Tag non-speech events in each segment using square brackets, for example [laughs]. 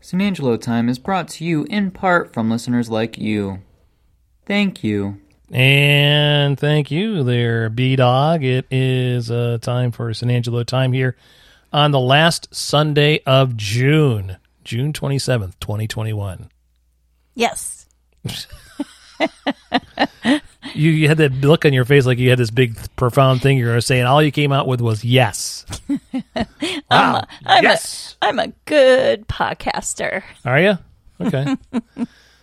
San Angelo Time is brought to you in part from listeners like you. Thank you. And thank you there, B Dog. It is uh, time for San Angelo time here on the last Sunday of June, June 27th, 2021. Yes. You, you had that look on your face like you had this big, profound thing you were saying. All you came out with was yes. [laughs] wow. I'm a- yes. I'm a good podcaster. Are you? [laughs] Okay.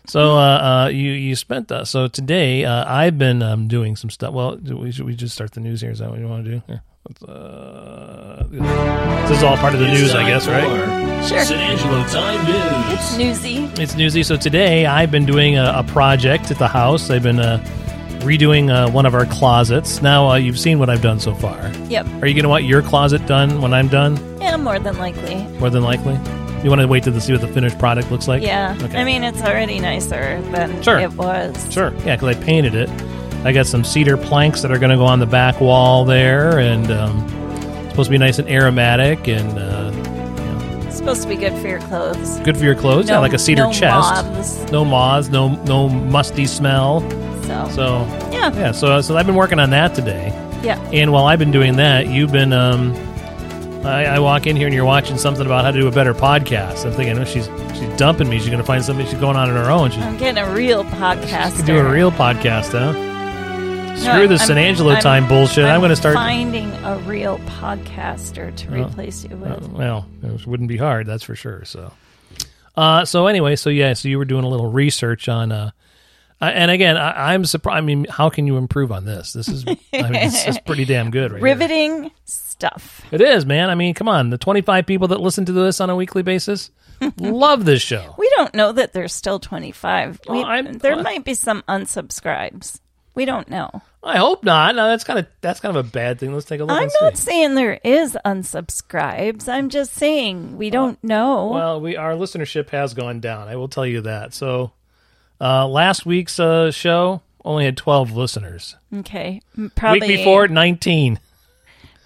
so uh, uh, you you spent that. So today uh, I've been um, doing some stuff. Well, do we, should we just start the news here? Is that what you want to do? Here. Let's, uh, this is all part of the news, I guess, right? Sure. San Angelo Time News. Newsy. It's newsy. So today I've been doing a, a project at the house. I've been uh, redoing uh, one of our closets. Now uh, you've seen what I've done so far. Yep. Are you going to want your closet done when I'm done? Yeah, more than likely. More than likely. You want to wait till to see what the finished product looks like? Yeah. Okay. I mean, it's already nicer than Sure. it was. Sure. Yeah, because I painted it. I got some cedar planks that are going to go on the back wall there, and um, it's supposed to be nice and aromatic and uh, you know, It's supposed to be good for your clothes. good for your clothes. yeah, like a cedar no chest. Mobs, No moths. No no musty smell. so. So yeah. yeah. So so I've been working on that today. Yeah. And while I've been doing that, you've been. Um, I, I walk in here and you're watching something about how to do a better podcast. I'm thinking, oh, she's she's dumping me. She's going to find something. She's going on on her own. She's I'm getting a real podcast. could do a real podcast, huh? Screw this San Angelo time bullshit. I'm, going to start. finding a real podcaster to replace you with. Uh, well, it wouldn't be hard, that's for sure. So, uh, so anyway, so yeah, so you were doing a little research on, uh, I- and again, I, I'm surprised. I mean, how can you improve on this? This is, I mean, this [laughs] is pretty damn good, right? here. Riveting stuff. It is, man. I mean, come on, the 25 people that listen to this on a weekly [laughs] basis love this show. We don't know that there's still 25. We- Well, Oh, I'm- there well- might be some unsubscribes. We don't know. I hope not. No, that's kind of that's kind of a bad thing. Let's take a look. I'm and not see. saying there is unsubscribes. I'm just saying we don't know. Well, we our listenership has gone down. I will tell you that. So, uh, last week's uh, show only had twelve listeners. okay. M- Probably Week before, nineteen.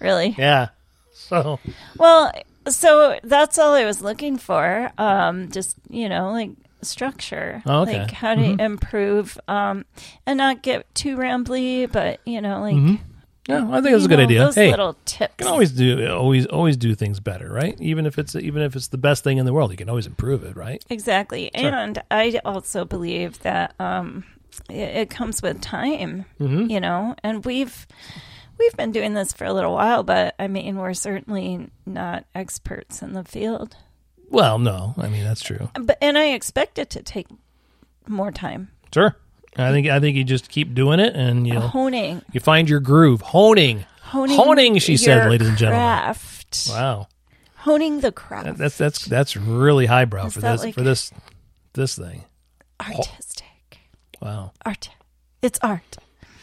Really? Yeah. So Well, so that's all I was looking for. Um, just you know, like structure, Oh, okay. like how to improve, um, and not get too rambly, but you know, like yeah, I think it's Mm-hmm. a you good know, idea. Those Hey, you little tips. can always do always always do things better, right? Even if it's even if it's the best thing in the world, you can always improve it, right? Exactly. And I also believe that um, it, it comes with time, Mm-hmm. you know, and we've we've been doing this for a little while, but I mean, we're certainly not experts in the field. Well, no, I mean that's true. But and I expect it to take more time. Sure. I think I think you just keep doing it, and you know, Honing, you find your groove, honing, honing, She said, your ladies and gentlemen. craft. Wow, Honing the craft. that's that's that's really highbrow Is for that this like- for this this thing. Artistic. Wow. Art. It's art.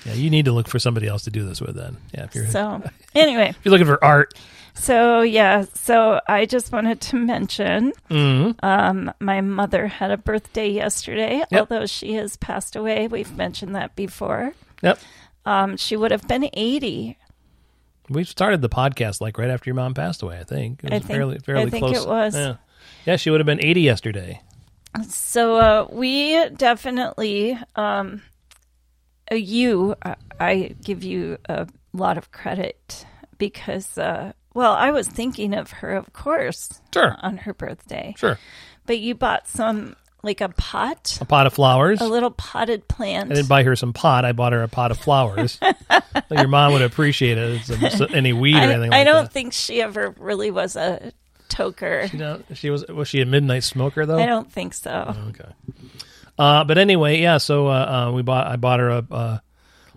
Yeah, you need to look for somebody else to do this with then. Yeah, if you're So, anyway. if you're looking for art, So yeah, so I just wanted to mention um, my mother had a birthday yesterday. Mm-hmm. Yep. Although she has passed away, we've mentioned that before. yep. Um, she would have been eighty. We started the podcast like right after your mom passed away. I think it was I think- fairly I fairly think close. it was. Yeah. yeah, she would have been eighty yesterday. So uh, we definitely, um, uh, you, I, I give you a lot of credit because, uh, well, I was thinking of her, of course, Sure, on her birthday. sure. But you bought some, like a pot, A pot of flowers. a little potted plant. I didn't buy her some pot. I bought her a pot of [laughs] flowers. But your mom would appreciate it. Some, so- any weed or I, anything I like don't that. think she ever really was a toker. You know, she was was she a midnight smoker though? I don't think so. Oh, Okay. Uh, but anyway, yeah. So uh, uh, we bought. I bought her a, a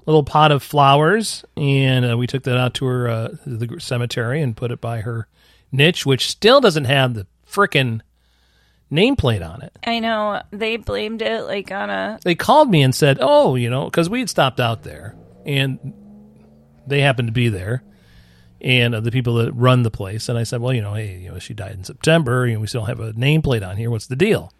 little pot of flowers, and uh, we took that out to her uh, the cemetery and put it by her niche, which still doesn't have the frickin' nameplate on it. I know they blamed it like on a They called me and said, "Oh, you know, because we had stopped out there, and they happened to be there." And uh, the people that run the place, and I said, "Well, you know, hey, you know, she died in September, and we still have a nameplate on here. What's the deal?"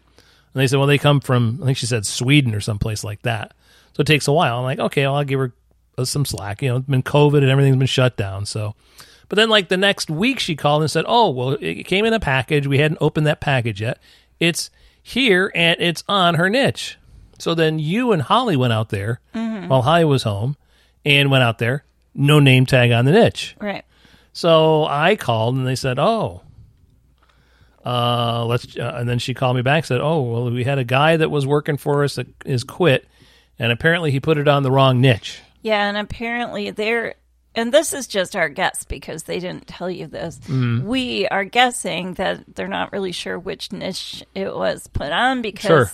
And they said, well, they come from, I think she said Sweden or someplace like that. So it takes a while. I'm like, okay, well, I'll give her uh, some slack. You know, it's been COVID and everything's been shut down. So, but then like the next week she called and said, oh, well, it came in a package. We hadn't opened that package yet. It's here and it's on her niche. So then you and Holly went out there Mm-hmm. while Holly was home and went out there. No name tag on the niche. Right. So I called and they said, "Oh, uh, let's." Uh, and then she called me back and said, "Oh, well, we had a guy that was working for us that is quit, and apparently he put it on the wrong niche." Yeah, and apparently they're and this is just our guess because they didn't tell you this. Mm. We are guessing that they're not really sure which niche it was put on because Sure.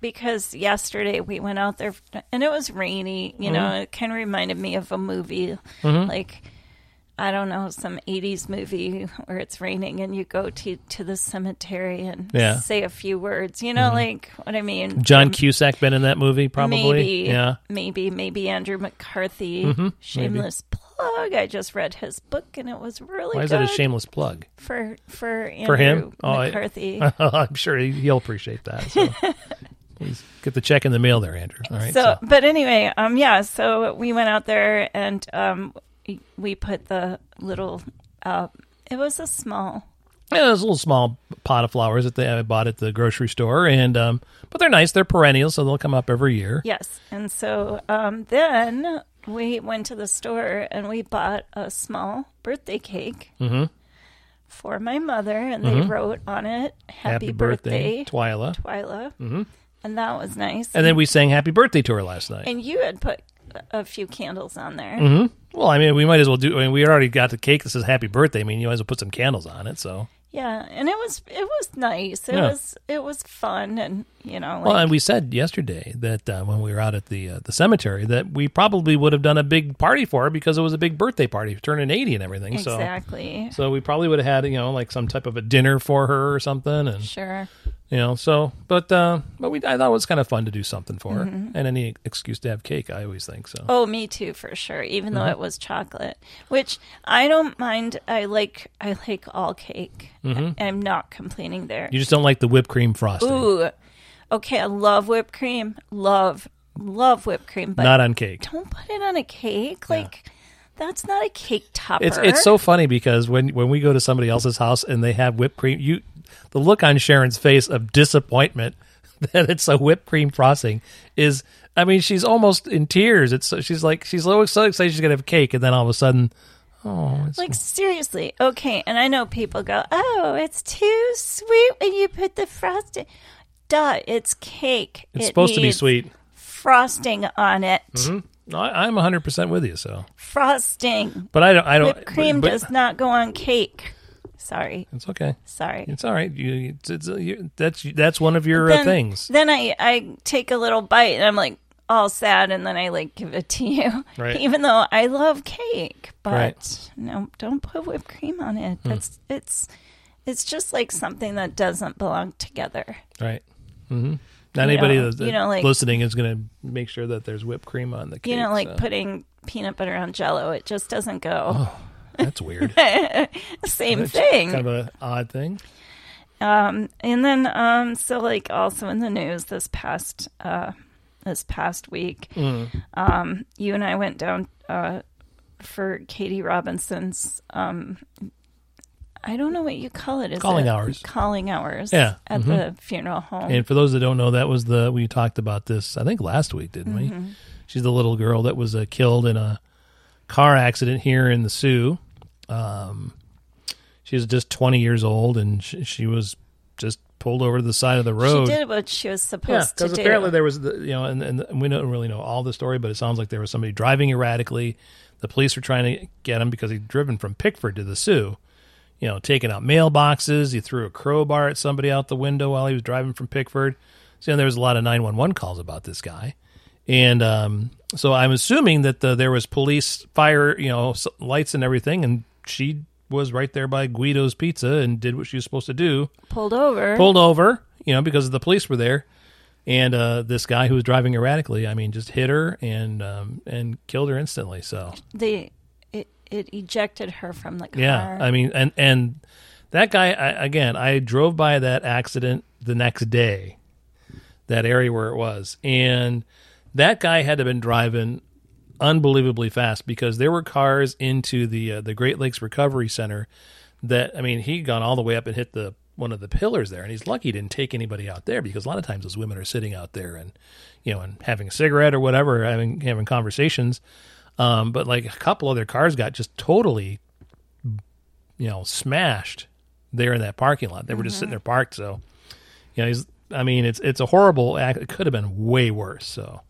because yesterday we went out there and it was rainy, you Mm-hmm. know, it kind of reminded me of a movie like I don't know some 80s movie where it's raining and you go to to the cemetery and Yeah. Mm-hmm. say a few words, you know like what I mean. John Cusack been in that movie, probably. Mm-hmm. Maybe, Yeah. Mm-hmm. maybe, maybe Andrew McCarthy. shameless plug. I just read his book and it was really Why is good that a shameless plug? for for Andrew For him? Oh, I- [laughs] McCarthy. I'm sure he- he'll appreciate that. [laughs] So. Please get the check in the mail there, Andrew. All right. so, but anyway, um, yeah. So we went out there and um, we put the little. Uh, it was a small. Yeah, there's a little small pot of flowers that they I bought at the grocery store, and um, but they're nice. They're perennial, so they'll come up every year. Yes, and so um, then we went to the store and we bought a small birthday cake Mm-hmm. for my mother, and they wrote on it "Happy, birthday, Twyla. Twyla," and that was nice. Mm-hmm. And then we sang happy birthday to her last night. And you had put a few candles on there. Mm-hmm. Well, I mean, we might as well do. I mean, we already got the cake that says happy birthday. I mean, you might as well put some candles on it. So, Yeah, and it was it was nice. It Yeah. was it was fun, and you know, like, well, and we said yesterday that uh, when we were out at the uh, the cemetery that we probably would have done a big party for her because it was a big birthday party, turning eighty and everything. exactly. So, so we probably would have had you know like some type of a dinner for her or something, and Sure. you know. So, but uh, but we I thought it was kind of fun to do something for Mm-hmm. her, and any excuse to have cake, I always think so. Oh, me too, for sure. Even though Mm-hmm. it was chocolate, which I don't mind. I like I like all cake. I, am not complaining there. Mm-hmm. You just don't like the whipped cream frosting, Ooh, okay. I love whipped cream. Love love whipped cream, but not on cake. don't put it on a cake. Like that's not a cake topper. It's it's so funny because when when we go to somebody else's house and they have whipped cream, you the look on Sharon's face of disappointment [laughs] that it's a whipped cream frosting is. I mean, she's almost in tears. It's so- she's like she's so so excited she's gonna have cake, and then all of a sudden, like seriously. Okay, and I know people go, "Oh, it's too sweet when you put the frosting." Duh, it's cake. it's It supposed to be needs sweet. Mm-hmm. Frosting on it. No, I, I'm 100 percent with you. So, Frosting. but I don't. I don't. Whipped cream but- but- does not go on cake. Sorry, It's okay. sorry. It's all right. You, it's, it's, you that's that's one of your uh, things. Then I I take a little bite and I'm like all sad, and then I like give it to you, Right. [laughs] even though I love cake. But Right. Hmm. no, don't put whipped cream on it. That's it's it's just like something that doesn't belong together. Right. Mm-hmm. Anybody know, that's you know, like- listening is going to make sure that there's whipped cream on the uh, cake. You know, like so. putting peanut butter on Jello. It just doesn't go. that's weird. [laughs] Same That's thing. Oh, Kind of an odd thing. Um, and then um, so like also in the news this past uh, this past week, Mm. um, you and I went down uh, for Katie Robinson's. Um, I don't know what you call it. Is Calling it- hours. Calling hours. Yeah. mm-hmm. At the funeral home. And for those that don't know, that was the we talked about this. I think last week, didn't Mm-hmm. we? She's the little girl that was uh, killed in a car accident here in the Sioux. Um, she was just 20 years old, and she, she was just pulled over to the side of the she road. did what she was Yeah, supposed because to do. apparently there was, the, you know, and, and we don't really know all the story, but it sounds like there was somebody driving erratically. The police were trying to get him because he'd driven from Pickford to the Sioux, you know, taking out mailboxes. He threw a crowbar at somebody out the window while he was driving from Pickford. So you know, there was a lot of 911 calls about this guy. And um, so I'm assuming that the, there was police, fire, you know, s- lights and everything. And she was right there by Guido's Pizza and did what she was supposed to do pulled over. pulled over, you know, because the police were there. And uh, this guy who was driving erratically, I mean, just hit her and um, and killed her instantly. So They it, it ejected her from the car. yeah, I mean, and and that guy I, again. I drove by that accident the next day, that area where it was, and that guy had to have been driving unbelievably fast because there were cars into the uh, the Great Lakes Recovery Center that I mean, he'd gone all the way up and hit the one of the pillars there, and he's lucky he didn't take anybody out there because a lot of times those women are sitting out there and you know and having a cigarette or whatever, having having conversations. Um, but like a couple of their cars got just totally, you know, smashed there in that parking lot. They were just sitting there parked. So, you know, he's, I mean, it's it's a horrible act. It could have been way worse. So,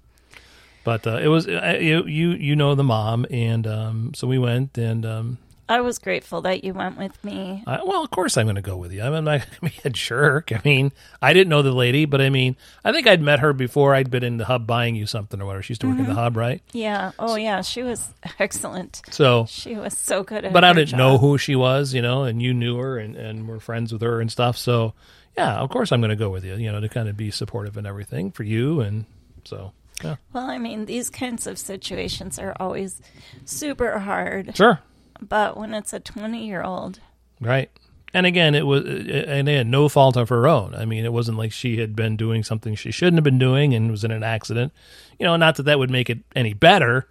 but uh, it was uh, you you you know the mom, and um, so we went and um, I was grateful that you went with me. I, well, of course I'm going to go with you. I'm not going to be a jerk. I mean, I didn't know the lady, but I mean, I think I'd met her before. I'd been in the hub buying you something or whatever. She used to work in the hub, right? Yeah. Oh, yeah. She was [laughs] excellent. So, She was so good at but I her didn't job. know who she was, you know, and you knew her and, and were friends with her and stuff. So, yeah, of course I'm going to go with you, you know, to kind of be supportive and everything for you. And so, yeah, Well, I mean, these kinds of situations are always super hard. sure. But when it's a 20 year old, Right. And again, it was, and they had no fault of her own. I mean, it wasn't like she had been doing something she shouldn't have been doing and was in an accident. You know, not that that would make it any better,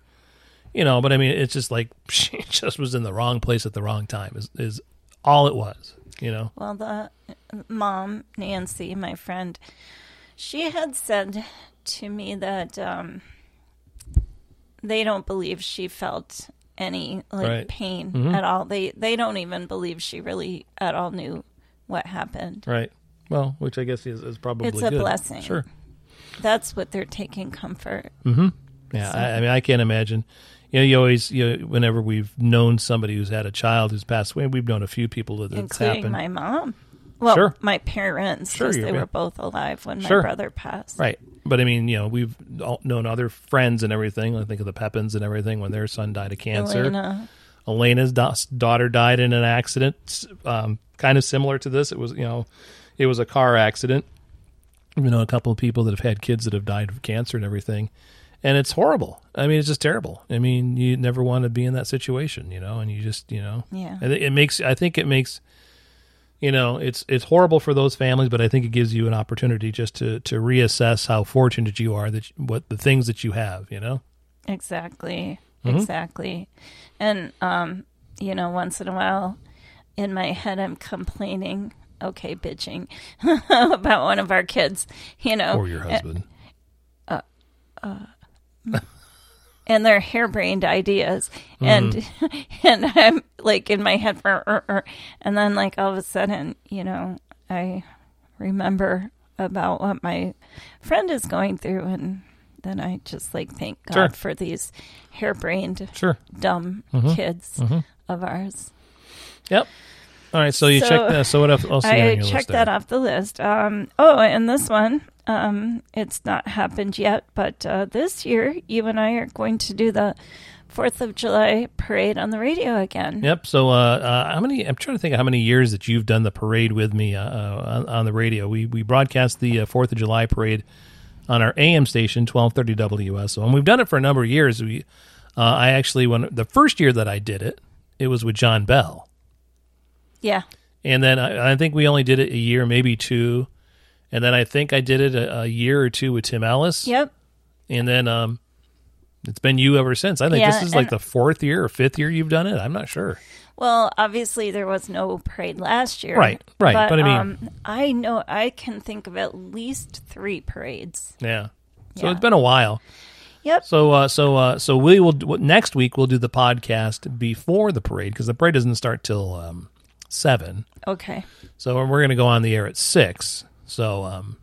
you know, but I mean, it's just like [laughs] she just was in the wrong place at the wrong time, is, is all it was, you know? well, the mom, Nancy, my friend, she had said to me that um, they don't believe she felt any like Right. Mm-hmm. pain at all. They they don't even believe she really at all knew what happened. Right. Well, which I guess is, is probably It's a good. blessing. Sure. That's what they're taking comfort. Yeah, I, I mean, I can't imagine. You know, you always, you know, whenever we've known somebody who's had a child who's passed away, we've known a few people that it's happened. including my mom. Well, Sure. my parents, Sure, because your they pa- were both alive when Sure. my brother passed. Right. But I mean, you know, we've all known other friends and everything. I think of the Pepins and everything when their son died of cancer. Elena, Elena's da- daughter died in an accident, s- um, kind of similar to this. It was, you know, it was a car accident. You know, a couple of people that have had kids that have died of cancer and everything. And it's horrible. I mean, it's just terrible. I mean, you never want to be in that situation, you know, and you just, you know, Yeah. I thi- it makes, I think it makes, you know, it's, it's horrible for those families, but I think it gives you an opportunity just to, to reassess how fortunate you are that you- what the things that you have, you know? exactly, Mm-hmm. exactly. And um, you know, once in a while, in my head, I'm complaining. Okay, bitching [laughs] about one of our kids, you know, Or your husband. and their harebrained ideas, and [laughs] and I'm like in my head, "Er, er, er." and then like all of a sudden, you know, I remember about what my friend is going through, and then I just like thank God Sure. for these harebrained, Sure. dumb kids of ours. Yep. All right. So you So, check that. So what else else you got I on your list checked there? that off the list. Um, oh, and this one, um, it's not happened yet, but uh, this year you and I are going to do the Fourth of July parade on the radio again. Yep. So uh, uh, how many? I'm trying to think of how many years that you've done the parade with me uh, uh, on, on the radio. We we broadcast the uh, Fourth of July parade on our AM station, 1230 WSO, and we've done it for a number of years. We uh, I actually when the first year that I did it, it was with John Bell. Yeah. And then I, I think we only did it a year, maybe two. And then I think I did it a, a year or two with Tim Ellis. Yep. And then um, it's been you ever since. I think Yeah, this is like the and- fourth year or fifth year you've done it. I'm not sure. Well, obviously there was no parade last year. Right, right, but I mean- um, I know I can think of at least three parades. Yeah. So Yeah. it's been a while. Yep. So uh, so uh, so we will do- next week we'll do the podcast before the parade because the parade doesn't start till um, seven. Okay. So we're going to go on the air at six. So, um,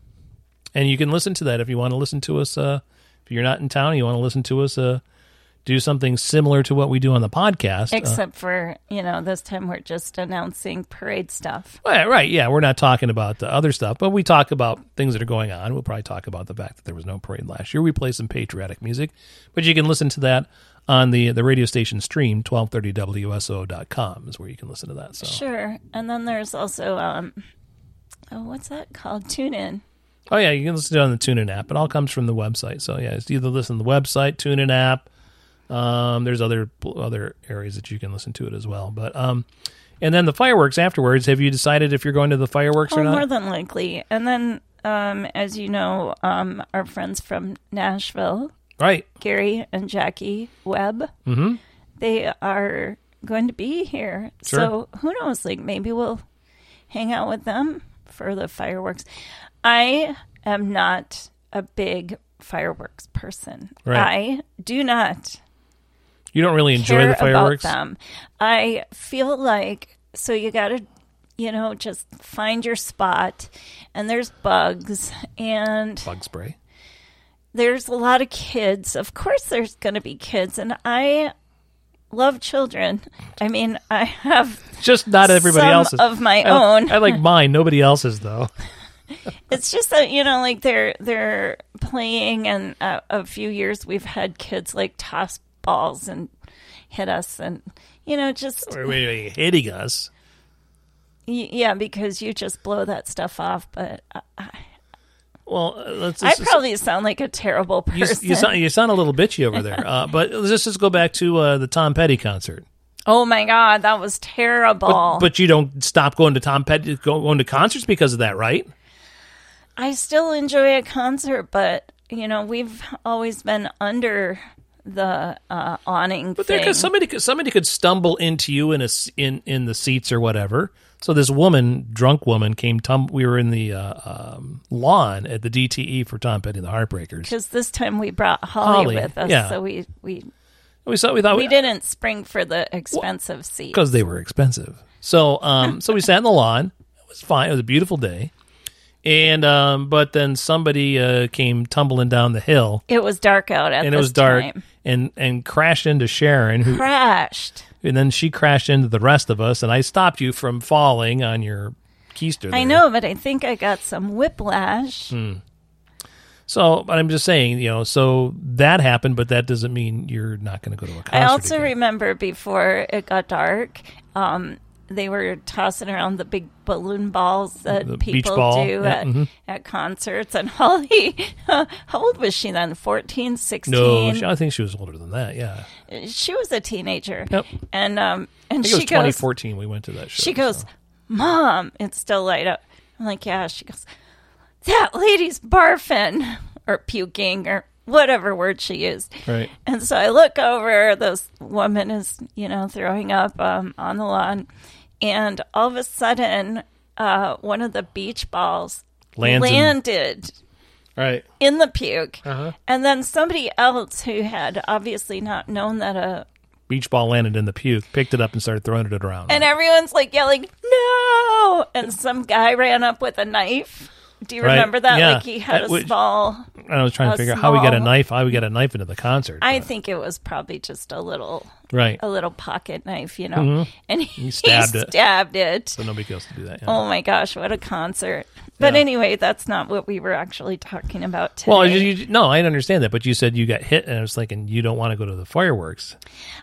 and you can listen to that if you want to listen to us. Uh, if you're not in town, and you want to listen to us. Uh, do something similar to what we do on the podcast. Uh, Except for, you know, this time we're just announcing parade stuff. right, right, yeah. We're not talking about the other stuff, but we talk about things that are going on. We'll probably talk about the fact that there was no parade last year. We play some patriotic music, but you can listen to that on the the radio station stream 1230wso.com is where you can listen to that. So, Sure. And then there's also um oh what's that called? Tune in. Oh yeah, you can listen to it on the TuneIn app. It all comes from the website. So yeah, it's either listen to the website, TuneIn app. Um, there's other other areas that you can listen to it as well. But um, and then the fireworks afterwards. Have you decided if you're going to the fireworks Oh, or more not? than likely. And then um as you know, um our friends from Nashville, right. Gary and Jackie Webb, mm-hmm. they are going to be here. Sure. So who knows? Like maybe we'll hang out with them for the fireworks. I am not a big fireworks person. Right. I do not You don't really enjoy care the fireworks. about them. I feel like so you got to you know just find your spot and there's bugs and Bug spray. there's a lot of kids. Of course, there's going to be kids, and I love children. I mean, I have Just not everybody some else's. of my I, own. I [laughs] like mine. Nobody else's though. it's just that you know, like they're they're playing, and uh, a few years we've had kids like toss balls and hit us, and you know, just Wait, wait, wait, hitting us. y- yeah, because you just blow that stuff off. But uh, I, Well, uh, let's. I Just, probably sound like a terrible you, person. you sound you sound a little bitchy over there. Uh, but let's just, just go back to uh, the Tom Petty concert. oh my god, that was terrible. But, but you don't stop going to Tom Petty go- going to concerts because of that, right? I still enjoy a concert, but you know we've always been under the uh, awning But there, thing. because somebody could somebody could stumble into you in a s- in in the seats or whatever. So this woman, drunk woman, came. Tum- we were in the uh, um, lawn at the DTE for Tom Petty and the Heartbreakers. because this time we brought Holly, Holly, with us, yeah. Oh, so we we We thought we thought we didn't spring for the expensive seat. because they were expensive. So um, so we sat in the lawn. It was fine. It was a beautiful day, and um, but then somebody uh, came tumbling down the hill, It was dark out at and it this was dark, time. and and crashed into Sharon, who Crashed. and then she crashed into the rest of us, and I stopped you from falling on your keister. I there. know, but I think I got some whiplash. So, but I'm just saying, you know, so that happened, but that doesn't mean you're not going to go to a concert. I also again. remember before it got dark, um, they were tossing around the big balloon balls that The beach people ball, do yeah, mm-hmm. at, at concerts. And [laughs] Holly, how old was she then? 14, 16? no, she, I think she was older than that. Yeah, she, was a teenager. Yep. And um, and I think it was she goes, 2014. We went to that show. she goes, so. Mom, it's still light up. I'm like, yeah. She goes, that lady's barfing or puking or whatever word she used. right. And so I look over, this woman is, you know, throwing up um, on the lawn. And all of a sudden, uh, one of the beach balls Lands in- Uh-huh. landed Right. in the puke. And then somebody else who had obviously not known that uh, a. Beach ball landed in the puke, picked it up, and started throwing it around. And everyone's like yelling, no! And some guy ran up with a knife. Do you Right, remember that? yeah. Uh, Like he had That a would- small. And I was trying to a figure out how we got a small- knife, how we got a knife into the concert. I but- think it was probably just a little. right. A little pocket knife, you know, and he, Mm-hmm. stabbed stabbed, it. it. stabbed it. So nobody goes to do that. yeah. Oh my gosh, what a concert. But Yeah. anyway, that's not what we were actually talking about today. well, you, you, no, I understand that, but you said you got hit, and I was thinking you don't want to go to the fireworks.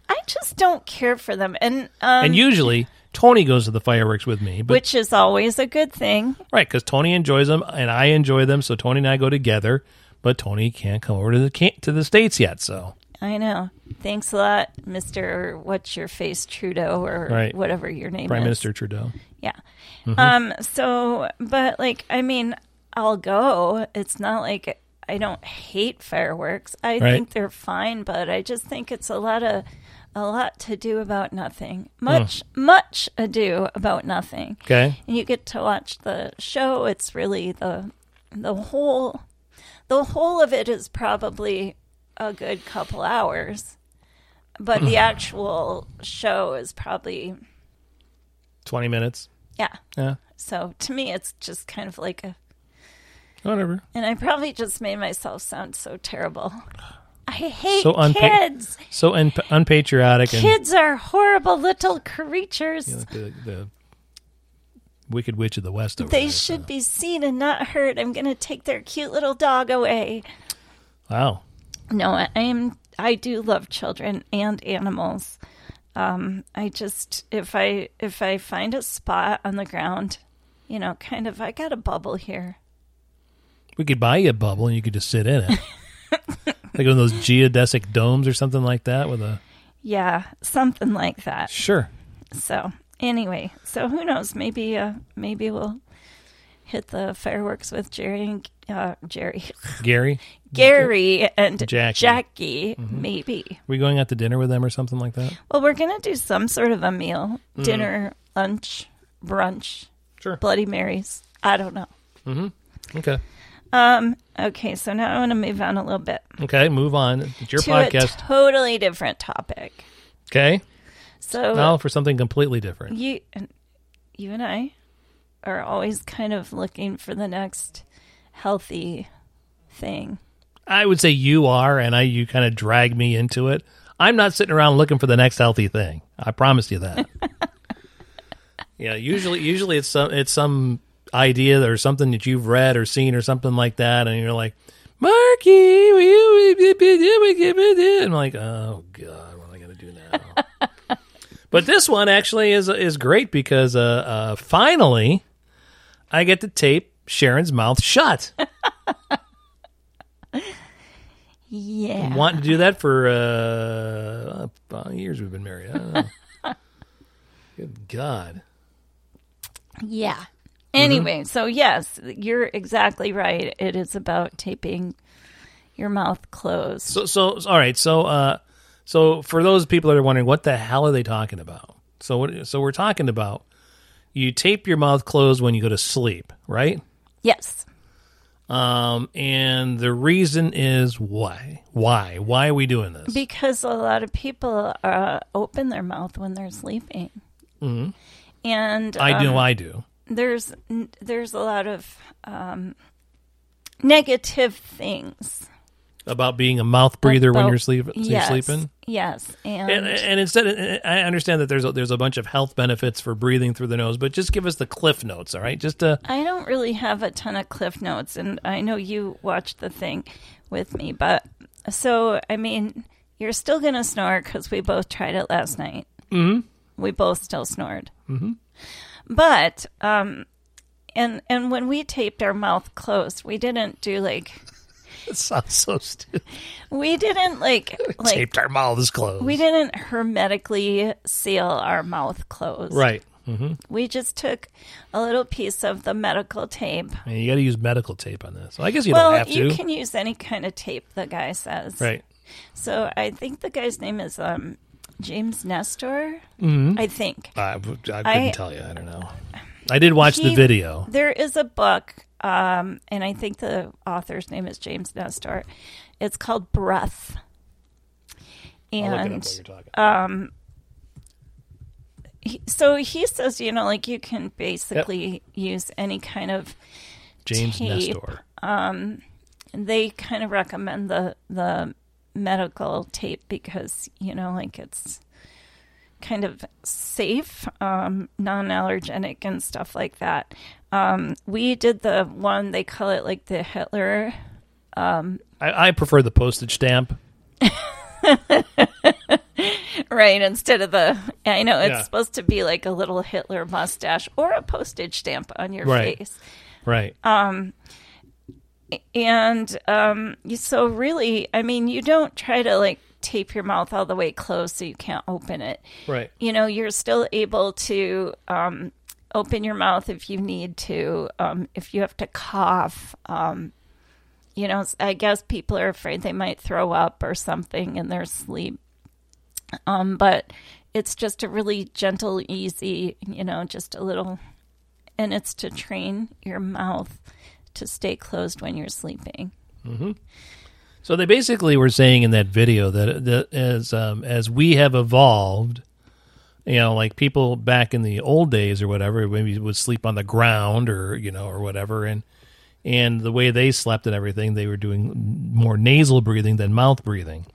I just don't care for them. And, um, and usually Tony goes to the fireworks with me, but which is always a good thing. Right, because Tony enjoys them and I enjoy them, so Tony and I go together. But Tony can't come over to the can- to the states yet, so I know. Thanks a lot, Mr. What's Your Face Trudeau or Right. whatever your name Prime is. Minister Trudeau. Yeah. Mm-hmm. Um, so, but like, I mean, I'll go. It's not like I don't hate fireworks. I Right. think they're fine, but I just think it's a lot of a lot to do about nothing. Much much ado about nothing. Hmm. Okay, And you get to watch the show. It's really the the whole the whole of it is probably a good couple hours. But the Hmm. actual show is probably twenty minutes. yeah, Yeah, so to me, it's just kind of like a. whatever. And I probably just made myself sound so terrible. I hate So unpa- kids. So un- unpatriotic and Kids are horrible little creatures. you know, the, the Wicked Witch of the West. Over they there. should be seen and not heard. I'm going to take their cute little dog away. Wow. No, I I am. I do love children and animals. Um, I just if I if I find a spot on the ground, you know, kind of I got a bubble here. We could buy you a bubble and you could just sit in [laughs] it. like one of those geodesic domes or something like that with a Yeah, something like that. sure. So anyway, so who knows? Maybe uh, maybe we'll hit the fireworks with Jerry and uh, Jerry, [laughs] Gary, Gary and Jackie. Mm-hmm. Jackie. Maybe. we going out to dinner with them or something like that? Mm-hmm. Well, we're gonna do some sort of a meal, dinner, lunch, brunch. Sure. Bloody Marys. I don't know. Okay. Um, okay, so now I want to move on a little bit Okay. Move on. It's your to podcast. a totally different topic. okay. So Now for something completely different. you and you and I are always kind of looking for the next healthy thing. I would say you are, and I you kind of drag me into it. I'm not sitting around looking for the next healthy thing. I promise you that. yeah, usually usually it's some it's some idea or something that you've read or seen or something like that, and you're like, Marky, will you be- be- be- be- be- be- be-" I'm like, oh god, what am I gonna do now? but this one actually is is great because uh, uh, finally I get to tape Sharon's mouth shut. Yeah. wanting to do that for uh, uh, years we've been married. I don't [laughs] know. Good God. Mm-hmm. Yeah. Anyway, so yes, you're exactly right. It is about taping your mouth closed. So, so all right. So, uh, so for those people that are wondering, what the hell are they talking about? So, what? So we're talking about you tape your mouth closed when you go to sleep, right? yes. Um, and the reason is why? Why? Why are we doing this? Because a lot of people uh, open their mouth when they're sleeping. And Mm-hmm. I um, do. I do. there's n- there's a lot of um, negative things About being a mouth breather when about- you're, sleep- yes, you're sleeping. Yes, and, and, and instead, I understand that there's a, there's a bunch of health benefits for breathing through the nose, but just give us the cliff notes, all right? Just [laughs] uh, I don't really have a ton of cliff notes, and I know you watched the thing with me, but so I mean, you're still gonna snore because we both tried it last night. Mm-hmm. We both still snored. Mm-hmm. But um, and and when we taped our mouth closed, we didn't do like it sounds so stupid. we didn't like like Taped our mouths closed, We didn't hermetically seal our mouth closed. right? We just took a little piece of the medical tape. And you got to use medical tape on this. Well, I guess you well, don't have to, you can use any kind of tape, the guy says. right? So I think the guy's name is um, James Nestor. Mm-hmm. I think. Uh, I, I couldn't I- tell you. I don't know. I did watch the He- video. There is a book, um, and I think the author's name is James Nestor. It's called Breath. And talking. he- so he says, you know, like you can basically use any kind of James tape. Nestor. they kind of recommend the the medical tape because you know like it's kind of safe um non-allergenic and stuff like that um we did the one they call it like the hitler [laughs] I, I prefer the postage stamp. right instead of the i know it's Yeah. supposed to be like a little hitler mustache or a postage stamp on your Right. face Right. Uh, and um you- so really i mean you don't try to like tape your mouth all the way closed so you can't open it right. you know you're still able to um, open your mouth if you need to um, if you have to cough um, you know i guess people are afraid they might throw up or something in their sleep um, but it's just a really gentle easy you know just a little and it's to train your mouth to stay closed when you're sleeping So they basically were saying in that video that, that as um, as we have evolved, you know, like people back in the old days or whatever, maybe would sleep on the ground or you know or whatever, and and the way they slept and everything, they were doing more nasal breathing than mouth breathing.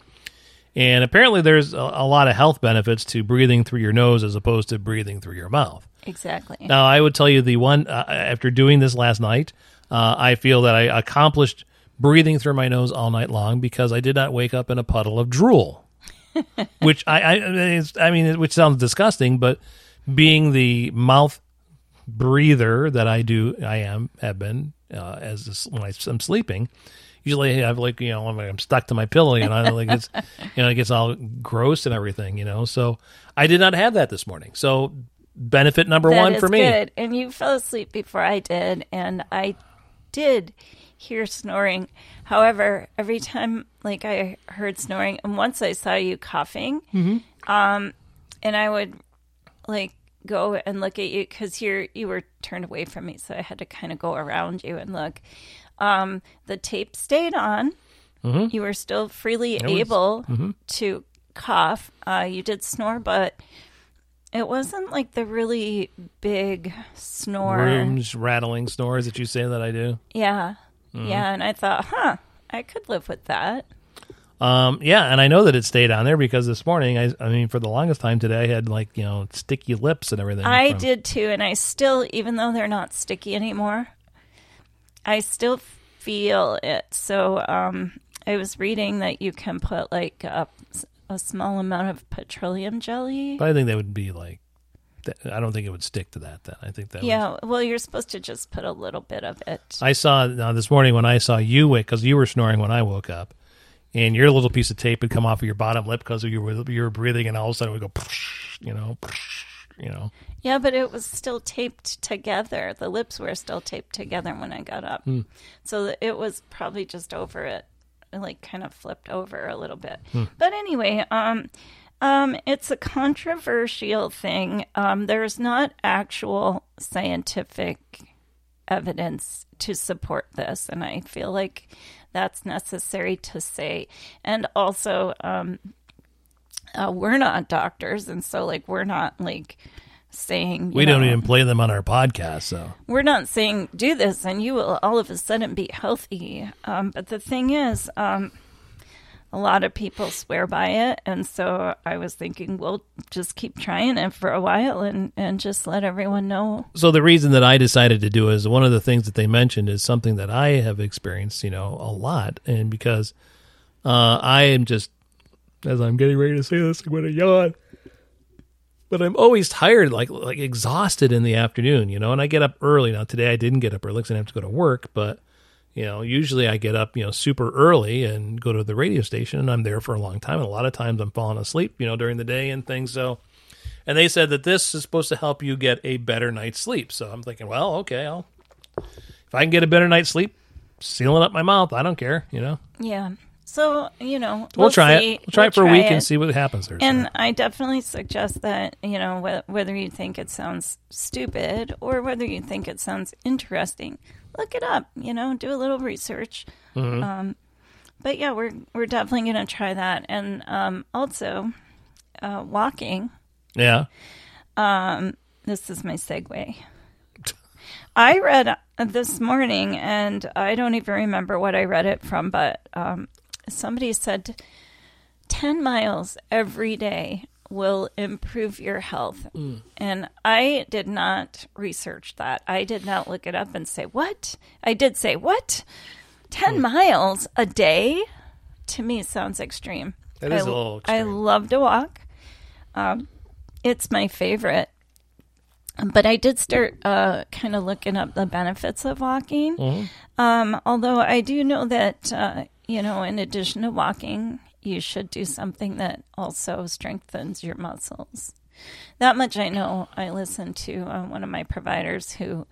And apparently, there's a, a lot of health benefits to breathing through your nose as opposed to breathing through your mouth. exactly Now, I would tell you the one uh, after doing this last night, uh, I feel that I accomplished breathing through my nose all night long because I did not wake up in a puddle of drool, [laughs] which I, I, it's, I mean, which sounds disgusting, but being the mouth breather that I do, I am have been uh, as this, when I, am sleeping. Usually, I've like you know I'm, I'm stuck to my pillow, and I like [laughs] it's you know it gets all gross and everything, you know. So I did not have that this morning. So benefit number That one is for me. Good. And you fell asleep before I did, and I did hear snoring. However, every time like I heard Mm-hmm. snoring, and once I saw you coughing, um, and I would like go and look at you because you you were turned away from me, so I had to kind of go around you and look. Um, the tape stayed on. You were still freely was- able to cough. Uh, you did snore, but it wasn't like the really big snore. Rooms rattling snores that you say that I do. Yeah, yeah. And I thought, huh, I could live with that. Um, yeah, and I know that it stayed on there because this morning, I, I mean, for the longest time today, I had like you know sticky lips and everything. I from- did too, and I still, even though they're not sticky anymore, I still feel it. So um, I was reading that you can put like a, a small amount of petroleum jelly. But I think that would be like, th- I don't think it would stick to that. Then I think that. Would, yeah, well, you're supposed to just put a little bit of it. I saw now this morning when I saw you wake because you were snoring when I woke up, and your little piece of tape would come off of your bottom lip because you were you were breathing, and all of a sudden it would go, you know, you know. Yeah, but it was still taped together. The lips were still taped together when I got up. Hmm. So th- it was probably just over it, like kind of flipped over a little bit. Hmm. But anyway, um um it's a controversial thing. Um there's not actual scientific evidence to support this and I feel like that's necessary to say. And also um uh, we're not doctors and so like we're not like saying you We don't know, even play them on our podcast, so we're not saying do this and you will all of a sudden be healthy. Um, but the thing is, um, a lot of people swear by it. And so I was thinking, we'll just keep trying it for a while and, and just let everyone know. so the reason that I decided to do it is one of the things that they mentioned is something that I have experienced, you know, a lot, and because uh, I am just as I'm getting ready to say this, I'm going to yawn. But I'm always tired, like like exhausted in the afternoon, you know. And I get up early now. Today I didn't get up early because I didn't have to go to work, but you know, usually I get up, you know, super early and go to the radio station, and I'm there for a long time. And a lot of times I'm falling asleep, you know, during the day and things. So. And they said that this is supposed to help you get a better night's sleep. So I'm thinking, well, okay, I'll if I can get a better night's sleep, sealing up my mouth, I don't care, you know. Yeah. So, you know, We'll, try see. it. We'll try it for a try week it. and see what happens there. And I definitely suggest that, you know, wh- whether you think it sounds stupid or whether you think it sounds interesting, look it up, you know, do a little research. Um, but yeah, we're, we're definitely going to try that. And um, also, uh, walking. yeah. This is my segue. I read uh, this morning, and I don't even remember what I read it from, but um, somebody said 10 miles every day will improve your health. Mm. And I did not research that. I did not look it up and say, What? I did say, What? Hmm. 10 miles a day? To me, sounds extreme. That is I, a little I extreme. love to walk. Um, it's my favorite. But I did start uh, kind of looking up the benefits of Mm. walking. Um, although I do know that, uh, you know, in addition to walking, you should do something that also strengthens your muscles. That much I know. I listened to uh, one of my providers who,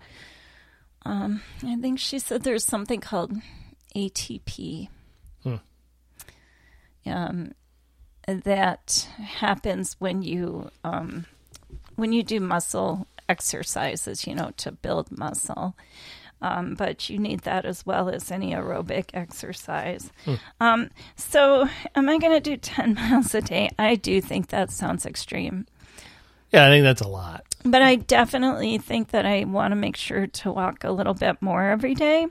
um, I think she said there's something called ATP. Um, that happens when you um, when you do muscle exercises, you know, to build muscle. Um, but you need that as well as any aerobic exercise. Um, so, am I going to do 10 [laughs] miles a day? I do think that sounds extreme. Yeah, I think that's a lot. But I definitely think that I want to make sure to walk a little bit more every day.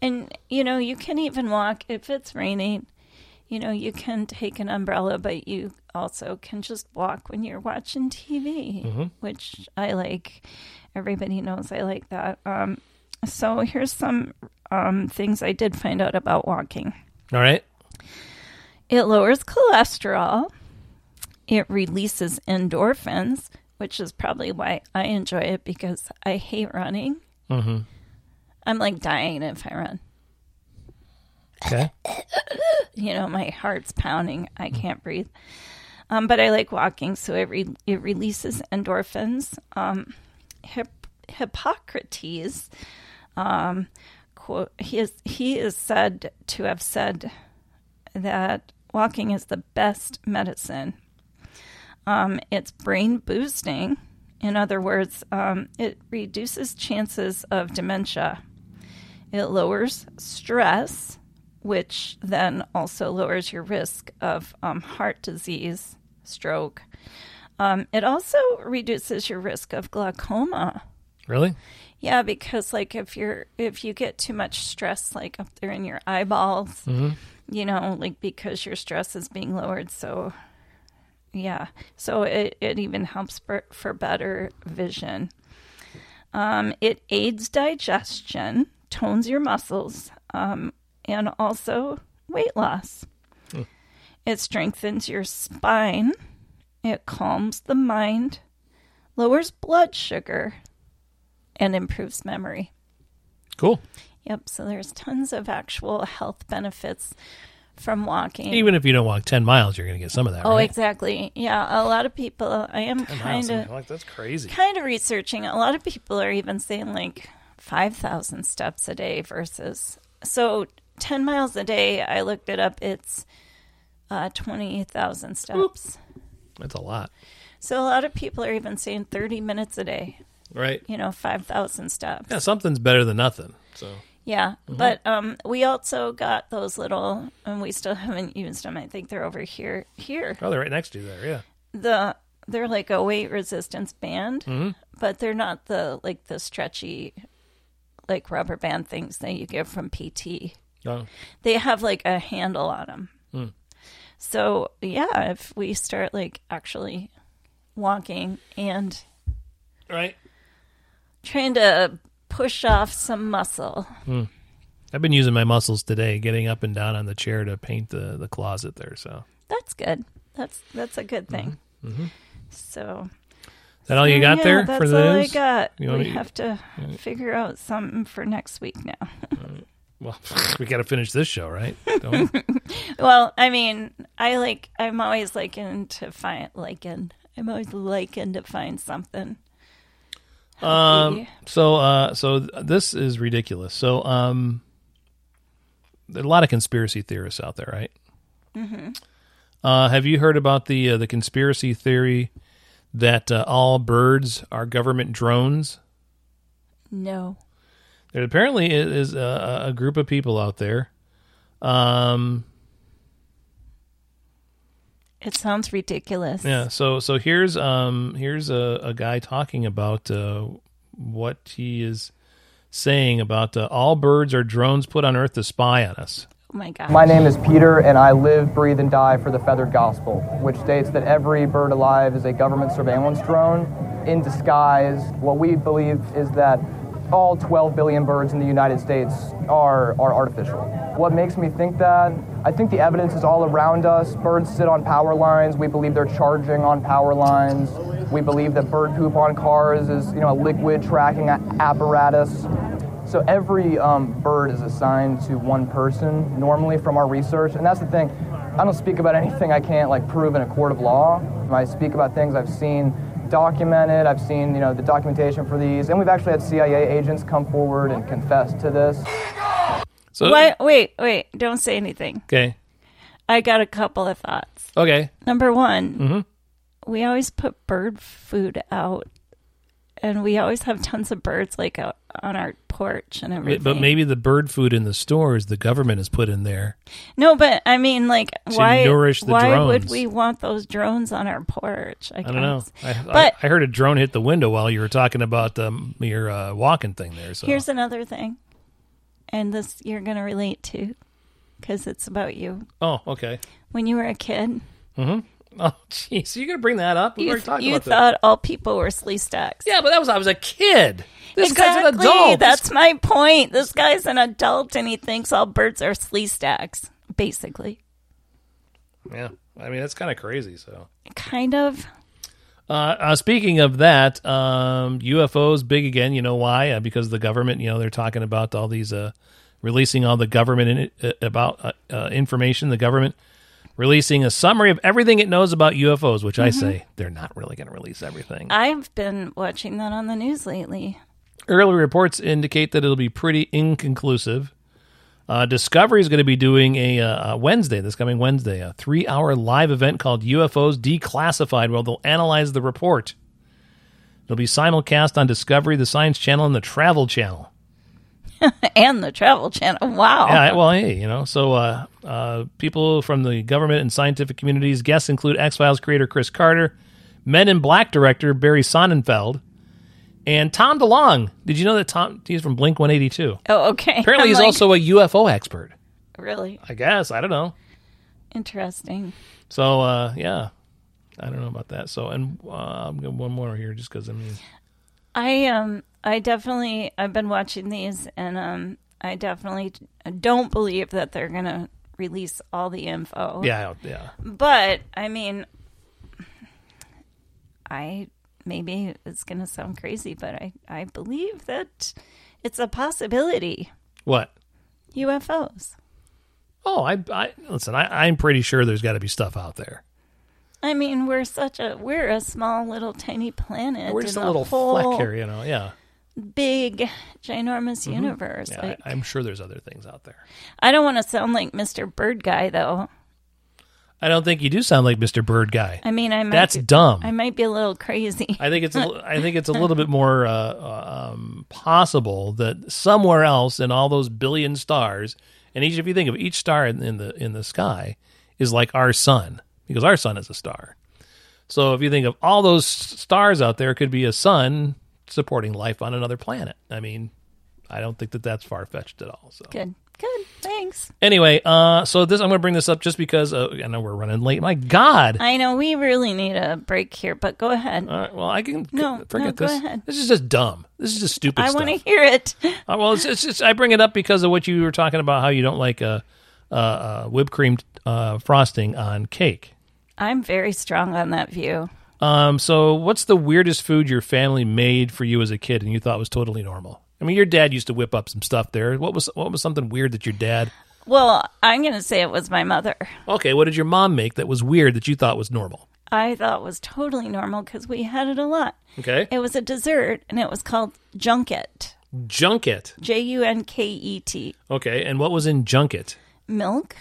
And, you know, you can even walk if it's raining. You know, you can take an umbrella, but you also can just walk when you're watching TV, which I like. Everybody knows I like that. Um, so here's some um, things I did find out about walking All right. it lowers cholesterol. It releases endorphins, which is probably why I enjoy it because I hate running. I'm like dying if I run. Okay. You know, my heart's pounding. I can't breathe. Um, but I like walking, so it re- it releases endorphins. Um, Hip- Hippocrates, um, quote, he is he is said to have said that walking is the best medicine. Um, it's brain boosting. In other words, um, it reduces chances of dementia. It lowers stress, which then also lowers your risk of um, heart disease, stroke. Um, it also reduces your risk of glaucoma. Really? Yeah, because like if you're if you get too much stress like up there in your eyeballs, you know, like because your stress is being lowered, so yeah, so it it even helps for for better vision. Um, it aids digestion, tones your muscles, um, and also weight loss. It strengthens your spine. It calms the mind, lowers blood sugar, and improves memory. Cool. Yep, so there's tons of actual health benefits from walking. Even if you don't walk 10 miles, you're going to get some of that, oh, right? exactly. Yeah, a lot of people I am Miles, kind man, of like, that's crazy. kind of researching. A lot of people are even saying like 5,000 steps a day versus so 10 miles a day, I looked it up, it's uh, 20,000 steps. That's a lot. So a lot of people are even saying 30 minutes a day, Right? you know, 5,000 steps. Yeah, something's better than nothing. So, Yeah, but um, we also got those little, and we still [laughs] haven't used them. I think they're over here. Here, oh, they're right next to you there. Yeah. the they're like a weight resistance band, but they're not the like the stretchy, like rubber band things that you get from PT. Oh, They have like a handle on them. So yeah, if we start like actually walking and right. trying to push off some muscle, I've been using my muscles today, getting up and down on the chair to paint the, the closet there. So, That's good. That's that's a good thing. So is that all Mm-hmm. you got yeah, there that's for the all news? I got. You we wanna- have to figure out something for next week now. Well, [laughs] we got to finish this show, [laughs] right? Don't we? well, I mean, I like I'm always liking to find liking. I'm always liking to find something. um, Okay. so, uh, so th- this is ridiculous. So, um, there are a lot of conspiracy theorists out there, right? Mm-hmm. Uh, have you heard about the uh, the conspiracy theory that uh, all birds are government drones? No. There apparently i- is a, a group of people out there. Um, It sounds ridiculous. yeah. So so here's um here's a, a guy talking about uh, what he is saying about uh, all birds are drones put on Earth to spy on us. Oh my god. My name is Peter, and I live, breathe, and die for the feathered gospel, which states that every bird alive is a government surveillance drone in disguise. What we believe is that all 12 billion birds in the United States are, are artificial. What makes me think that? I think the evidence is all around us. Birds sit on power lines. We believe they're charging on power lines. We believe that bird poop on cars is, you know, a liquid tracking a- apparatus. So every um, bird is assigned to one person normally from our research, and that's the thing. I don't speak about anything I can't like prove in a court of law. I speak about things I've seen documented. I've seen you know the documentation for these, and we've actually had CIA agents come forward and confess to this. So Why, wait, wait, don't say anything. okay, I got a couple of thoughts. okay, Number one, Mm-hmm. we always put bird food out, and we always have tons of birds like out on our porch and everything. but maybe the bird food in the stores the government has put in there. no, but I mean, like, why? nourish the why would drones. we want those drones on our porch? I don't know. guess. I, but I, I heard a drone hit the window while you were talking about um, your uh, walking thing there. So here's another thing, and this you're going to relate to because it's about you. oh okay. When you were a kid, Oh jeez, you gonna bring that up? We you, already talked you about that. thought all people were slee stacks. Yeah, but that was I was a kid. This guy's an exactly. adult. That's my point. This guy's an adult and he thinks all birds are slee stacks, basically. yeah, I mean that's kind of crazy. So, Kind of. uh, uh, speaking of that, um, UFOs big again. You know why? Uh, because the government. You know they're talking about all these uh, releasing all the government in it, uh, about uh, uh, information. The government releasing a summary of everything it knows about UFOs, which I say they're not really going to release everything. I've been watching that on the news lately. early reports indicate that it'll be pretty inconclusive. Uh, Discovery is going to be doing a, uh, uh Wednesday, this coming Wednesday, a three hour live event called UFOs Declassified, where they'll analyze the report. It'll be simulcast on Discovery, the Science Channel, and the Travel Channel. and the Travel Channel. Wow. Yeah, well, hey, you know, so uh, uh, people from the government and scientific communities, guests include X Files creator Chris Carter, Men in Black director Barry Sonnenfeld, and Tom DeLong. Did you know that Tom? He's from Blink One Eighty Two. Oh, okay. Apparently, I'm he's like, also a UFO expert. really I guess I don't know. interesting. So uh, yeah, I don't know about that. So and uh, I'm gonna one more here just because I mean, I um I definitely I've been watching these and um I definitely don't believe that they're gonna release all the info. yeah, I don't- yeah. But I mean, I maybe it's gonna sound crazy, but I I believe that it's a possibility. What? UFOs. Oh, I, I listen. I, I'm pretty sure there's got to be stuff out there. I mean, we're such a we're a small little tiny planet. We're just in a little whole fleck here, you know. Yeah, big, ginormous universe. yeah. Like, I, I'm sure there's other things out there. I don't want to sound like Mr. Bird Guy, though. I don't think you do sound like Mr. Bird Guy. I mean, I might That's be, dumb. I might be a little crazy. I think it's a, li- I think it's a little bit more uh, uh, um, possible that somewhere else in all those billion stars, and each if you think of each star in, in the in the sky is like our sun because our sun is a star. So if you think of all those s- stars out there, could be a sun supporting life on another planet. I mean, I don't think that that's far fetched at all. So [laughs] Good, good. Thanks. anyway, uh, so this I'm going to bring this up just because uh, I know we're running late. My God, I know we really need a break here, but go ahead. All right. Well, I can No, forget no, go this. ahead. This is just dumb. This is just stupid. I stuff. want to hear it. [laughs] Uh, well, it's, it's just I bring it up because of what you were talking about. How you don't like uh, uh, uh, whipped cream uh, frosting on cake. I'm very strong on that view. Um, so, what's the weirdest food your family made for you as a kid and you thought was totally normal? I mean, your dad used to whip up some stuff there. What was what was something weird that your dad? Well, I'm going to say it was my mother. Okay, what did your mom make that was weird that you thought was normal? I thought was totally normal because we had it a lot. Okay, It was a dessert, and it was called junket. junket. J U N K E T. Okay, and what was in junket? milk.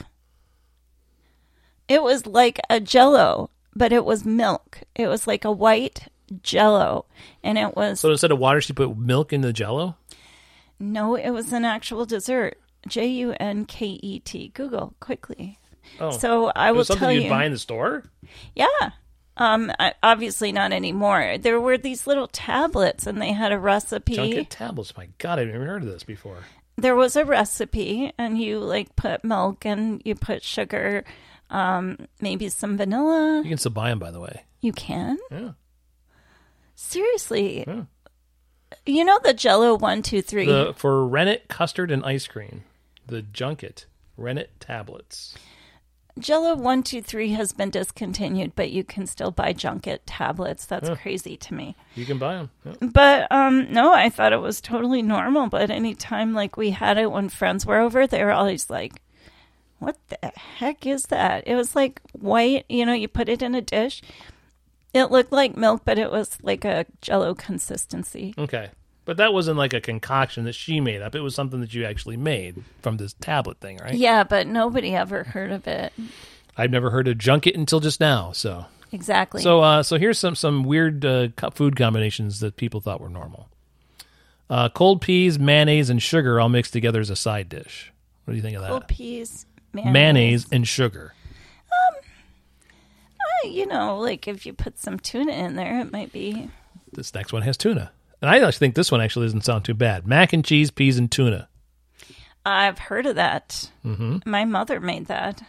It was like a jello, but it was milk. It was like a white jello. And it was So instead of water, she put milk in the jello. no, it was an actual dessert. J U N K E T. Google quickly. Oh, So I it will was tell something you. you'd buy in the store. yeah. Um, I, obviously not anymore. There were these little tablets, and they had a recipe. Junket tablets. My God, I've never heard of this before. there was a recipe and you like put milk and you put sugar um maybe some vanilla You can still buy them, by the way. you can Yeah. seriously Yeah. you know the jello one two three The, for rennet custard and ice cream, the junket rennet tablets. jello one two three has been discontinued but you can still buy junket tablets that's crazy to me You can buy them. but um no i thought it was totally normal but anytime like we had it when friends were over they were always like what the heck is that it was like white you know you put it in a dish it looked like milk but it was like a jello consistency Okay, but that wasn't like a concoction that she made up. It was something that you actually made from this tablet thing, right? yeah but nobody ever heard of it I've never heard of junket until just now. So, exactly so, uh, so here's some some weird uh, co- food combinations that people thought were normal. Uh, cold peas, mayonnaise, and sugar all mixed together as a side dish. What do you think of that? Little peas mayonnaise, uh, mayonnaise and sugar. Uh, you know like if you put some tuna in there it might be this next one has tuna. And I actually think this one actually doesn't sound too bad. Mac and cheese, peas, and tuna. i've heard of that Mm-hmm. my mother made that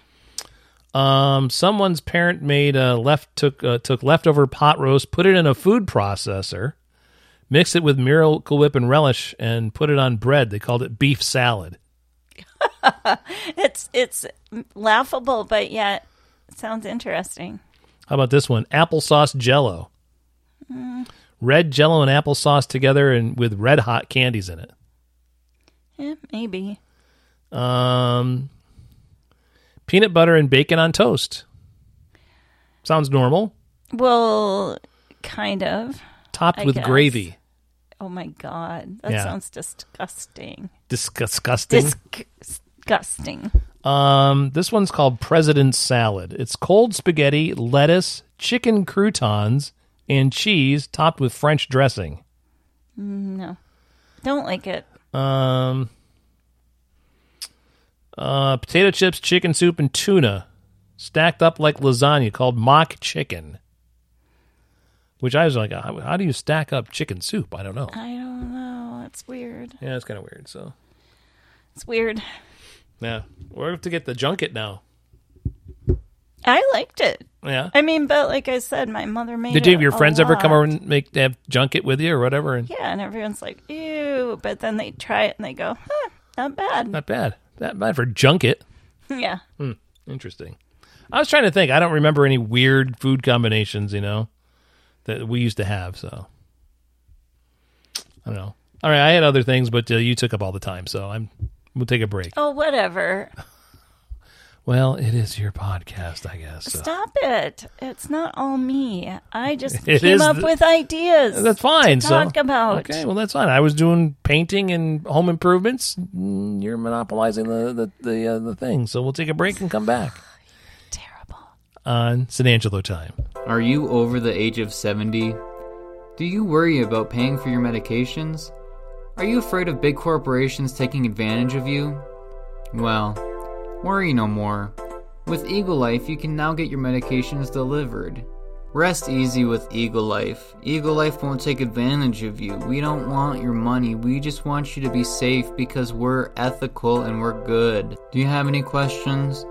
Um, someone's parent made uh, left took uh, took leftover pot roast, put it in a food processor, mixed it with Miracle Whip and relish, and put it on bread. They called it beef salad. It's it's laughable, but yet sounds interesting. How about this one? Applesauce Jello. Red Jello and applesauce together, and with red hot candies in it. Yeah, Eh, maybe. Um, peanut butter and bacon on toast. Sounds normal. Well, kind of. Topped I with guess. gravy. Oh my god, that Yeah. Hmm? sounds disgusting. Dis- disgusting. Disgusting. um, this one's called President's Salad. It's cold spaghetti, lettuce, chicken croutons, and cheese topped with French dressing. No, don't like it. Um, uh, potato chips, chicken soup, and tuna stacked up like lasagna called mock chicken. Which I was like, how, how do you stack up chicken soup? I don't know. I don't know. It's weird. Yeah, it's kind of weird. So, It's weird. yeah, we're have to get the junket now. I liked it. Yeah. I mean, but like I said, my mother made. Did you it have your a friends ever come lot. over and make have junket with you or whatever? And Yeah, and everyone's like, "Ew!" But then they try it and they go, "Huh, not bad." not bad. Not bad for junket. yeah, Interesting. I was trying to think. I don't remember any weird food combinations, you know, that we used to have. So I don't know. All right, I had other things, but uh, you took up all the time, so I'm we'll take a break. Oh, whatever. Well, it is your podcast, I guess. So. Stop it. It's not all me. I just [laughs] It came is up the- with ideas. That's fine. To so talk about. okay, well that's fine. I was doing painting and home improvements. Mm, You're monopolizing the the the, uh, the thing, so we'll take a break and come back Terrible. on San Angelo time. Are you over the age of 70? Do you worry about paying for your medications? Are you afraid of big corporations taking advantage of you? Well, worry no more. With Eagle Life, you can now get your medications delivered. Rest easy with Eagle Life. Eagle Life won't take advantage of you. We don't want your money. We just want you to be safe because we're ethical and we're good. Do you have any questions?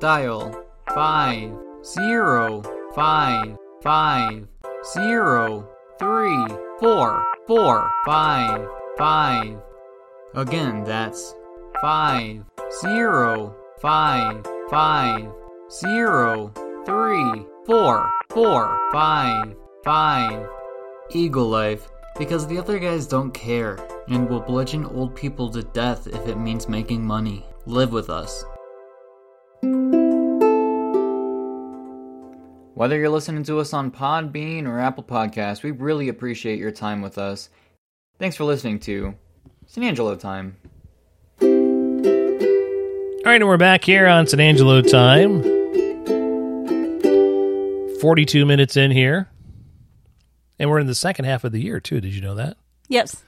Dial 5 0 5 5 0 3 4 4 5 5. Again, that's 5 0 5 5 0 3 4 4 5 5. Eagle Life, because the other guys don't care and will bludgeon old people to death if it means making money. Live with us. Whether you're listening to us on Podbean or Apple Podcasts, we really appreciate your time with us. Thanks for listening to San Angelo Time. All right, and we're back here on San Angelo time. 42 minutes in here. And we're in the second half of the year, too. Did you know that? Yes.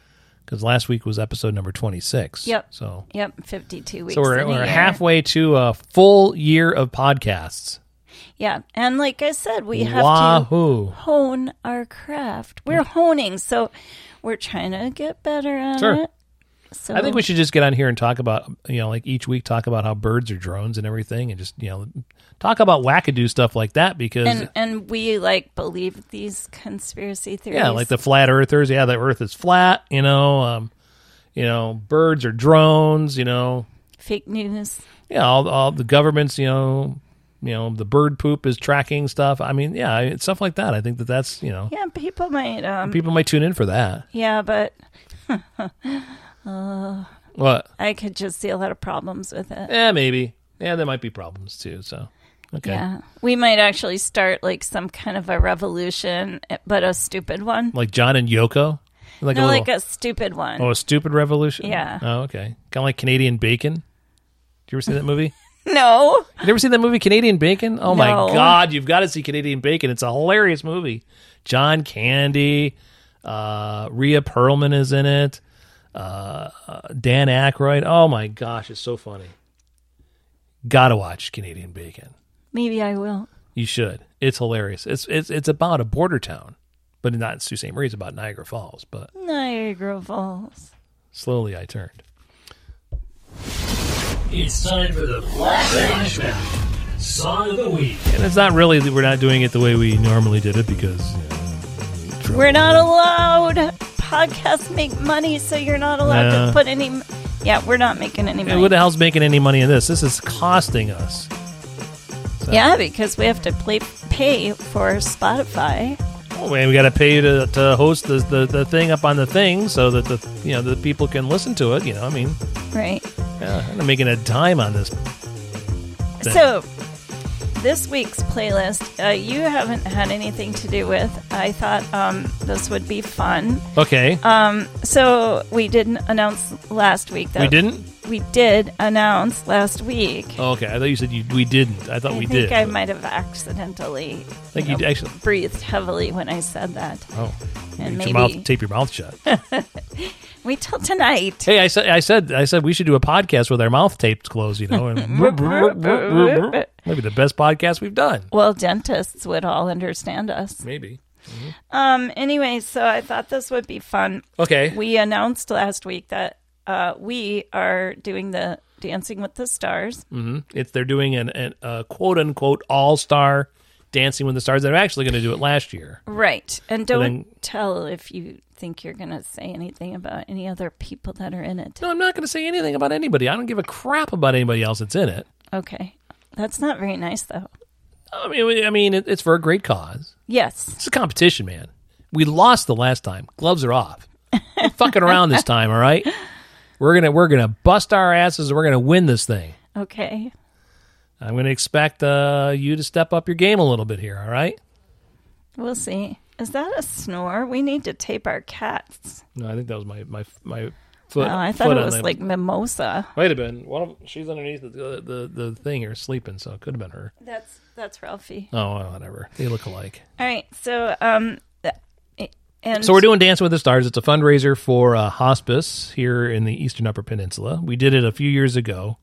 Because last week was episode number 26. Yep. So, Yep. Fifty-two weeks. so we're, in a we're year. halfway to a full year of podcasts. Yeah, and like I said, we have to Wahoo. Mm. hone our craft. We're honing, so we're trying to get better at Sure. it. So I think we should just get on here and talk about, you know, like each week talk about how birds are drones and everything and just, you know, talk about wackadoo stuff like that because. and and we like believe these conspiracy theories. Yeah, like the flat earthers. Yeah, the earth is flat, you know. Um, you know, birds are drones, you know. fake news. Yeah, all, all the governments, you know, you know, the bird poop is tracking stuff. I mean, yeah, it's stuff like that. I think that that's, you know, Yeah, people might. Um, people might tune in for that. yeah, but What? I could just see a lot of problems with it. Yeah, maybe. Yeah, there might be problems too, so. Okay. Yeah, we might actually start like some kind of a revolution, but a stupid one. Like John and Yoko? Like no, a little like a stupid one. Oh, a stupid revolution? Yeah. Oh, okay. Kind of like Canadian Bacon. Did you ever see that movie? No, You ever seen that movie Canadian Bacon? Oh my No. god, you've got to see Canadian Bacon. It's a hilarious movie. John Candy, uh, Rhea Perlman is in it. Uh, uh, Dan Aykroyd. Oh my gosh, it's so funny. Gotta watch Canadian Bacon. maybe I will. You should. It's hilarious. It's it's it's about a border town, but not Sault Ste. Marie. It's about Niagara Falls. But Niagara Falls. slowly I turned. It's time for the flashback song of the week. And it's not really that we're not doing it the way we normally did it because you know, We're not allowed. Podcasts make money, so you're not allowed Yeah. to put any. Yeah, we're not making any Hey, Who money. the hell's making any money in this? This is costing us. Yeah, because we have to play, pay for Spotify. Oh, man, we got to pay you to, to host the, the, the thing up on the thing so that the you know the people can listen to it. You know, I mean, Right. yeah, I'm not making a dime on this. thing. So, this week's playlist, uh, you haven't had anything to do with. I thought um, this would be fun. Okay, Uh, Um, so, we didn't announce last week that we didn't. Oh, we did announce last week. Okay, I thought you said you, we didn't. I thought I Oh, we think did. I but- might have accidentally think you did- actually- breathed heavily when I said that. Oh, Get And maybe- your mouth, tape your mouth [laughs] shut. Wait till tonight. hey, I said, I said, I said, we should do a podcast with our mouth taped closed. You know, and [laughs] [laughs] maybe the best podcast we've done. Well, dentists would all understand us. Maybe. Um. Anyway, so I thought this would be fun. Okay. We announced last week that uh, we are doing the Dancing with the Stars. Mm. It's they're doing an, an a quote unquote all star Dancing with the Stars. They're actually going to do it last year. Right. And don't then- tell if you think you're going to say anything about any other people that are in it. No, I'm not going to say anything about anybody. I don't give a crap about anybody else that's in it. Okay. That's not very nice, though. I mean, I mean, it, it's for a great cause. Yes. It's a competition, man. We lost the last time. Gloves are off. [laughs] We're fucking around this time, all right? We're gonna we're gonna bust our asses and we're gonna win this thing. Okay. I'm gonna expect uh, you to step up your game a little bit here, all right? We'll see. Is that a snore? We need to tape our cats. No, I think that was my my my foot. Oh, I foot thought it on was that. like mimosa. might have been one of she's underneath the the, the thing here sleeping, so it could have been her. That's that's Ralphie. Oh, well, whatever. They look alike. All right. So um th- and So we're doing Dancing with the Stars. It's a fundraiser for uh, hospice here in the Eastern Upper Peninsula. We did it a few years ago,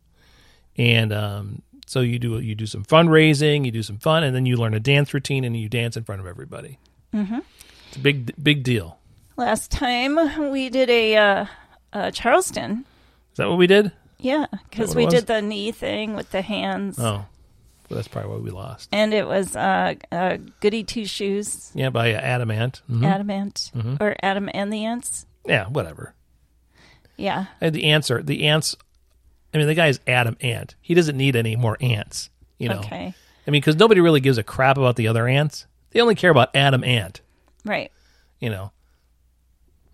and um, so you do you do some fundraising, you do some fun, and then you learn a dance routine and you dance in front of everybody. Mm-hmm. It's a big big deal. last time we did a uh, uh Charleston. Is that what we did? Yeah, what cuz it we was? did the knee thing with the hands. Oh, well, that's probably why we lost. And it was uh, uh goody two shoes, Yeah, by uh, Adamant. Mhm. adamant or Adam and the Ants. Yeah, whatever. Yeah. And Uh, the answer, the ants. I mean, the guy is Adam Ant. He doesn't need any more ants. You know. Okay. I mean, because nobody really gives a crap about the other ants. They only care about Adam Ant. Right. You know,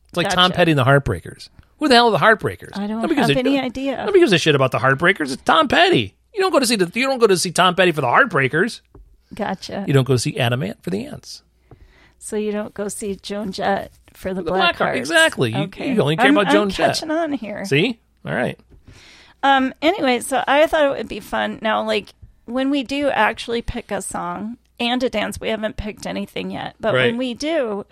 it's like Tom Gotcha. Petty and the Heartbreakers. Who the hell are the Heartbreakers? I don't Nobody gives have a- any idea. Nobody gives a shit about the Heartbreakers. It's Tom Petty. You don't go to see the. You don't go to see Tom Petty for the Heartbreakers. Gotcha. You don't go see Adam Ant for the ants. So you don't go see Joan Jett for the, Black Black Heart, Hearts. exactly. You- you only care I'm, about I'm Joan Jett. catching on here. See, all right. Um. Anyway, so I thought it would be fun. Now, like when we do actually pick a song and a dance, we haven't picked anything yet. But Right. when we do,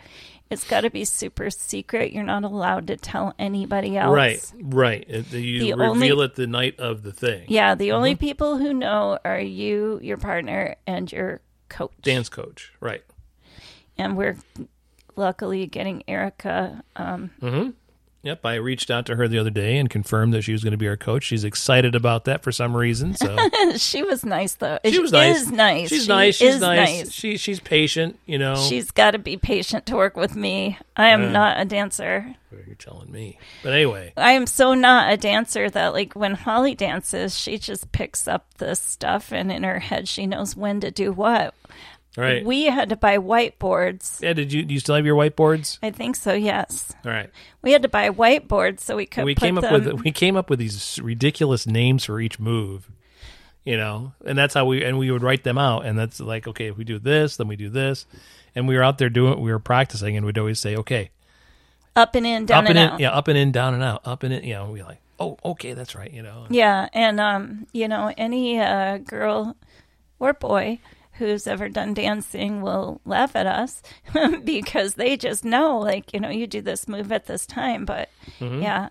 it's got to be super secret. You're not allowed to tell anybody else. Right, right. It- You The only- reveal it the night of the thing. Yeah. The only Mm-hmm. people who know are you, your partner, and your coach. Dance coach. Right. And we're luckily getting Erica. Um. Yep, I reached out to her the other day and confirmed that she was going to be our coach. She's excited about that for some reason. So [laughs] she was nice though. she was nice. Is nice. She's She nice. She's is nice. She she's patient. You know. She's got to be patient to work with me. I am not a dancer. You're telling me. But anyway, I am so not a dancer that, like, when Holly dances, she just picks up this stuff and in her head she knows when to do what. all right. We had to buy whiteboards. yeah, did you do you still have your whiteboards? I think so, yes. All right. We had to buy whiteboards so we could we put came up them. with we came up with these ridiculous names for each move. You know, and that's how we and we would write them out and that's like okay, if we do this, then we do this. And we were out there doing we were practicing and we'd always say, "Okay, up and in, down up and, and in, out. yeah, up and in, down and out, up and in, you know, we like, "Oh, okay, that's right," you know. Yeah, and um, you know, any uh, girl or boy who's ever done dancing will laugh at us [laughs] because they just know, like, you know, you do this move at this time, but Mm-hmm. yeah.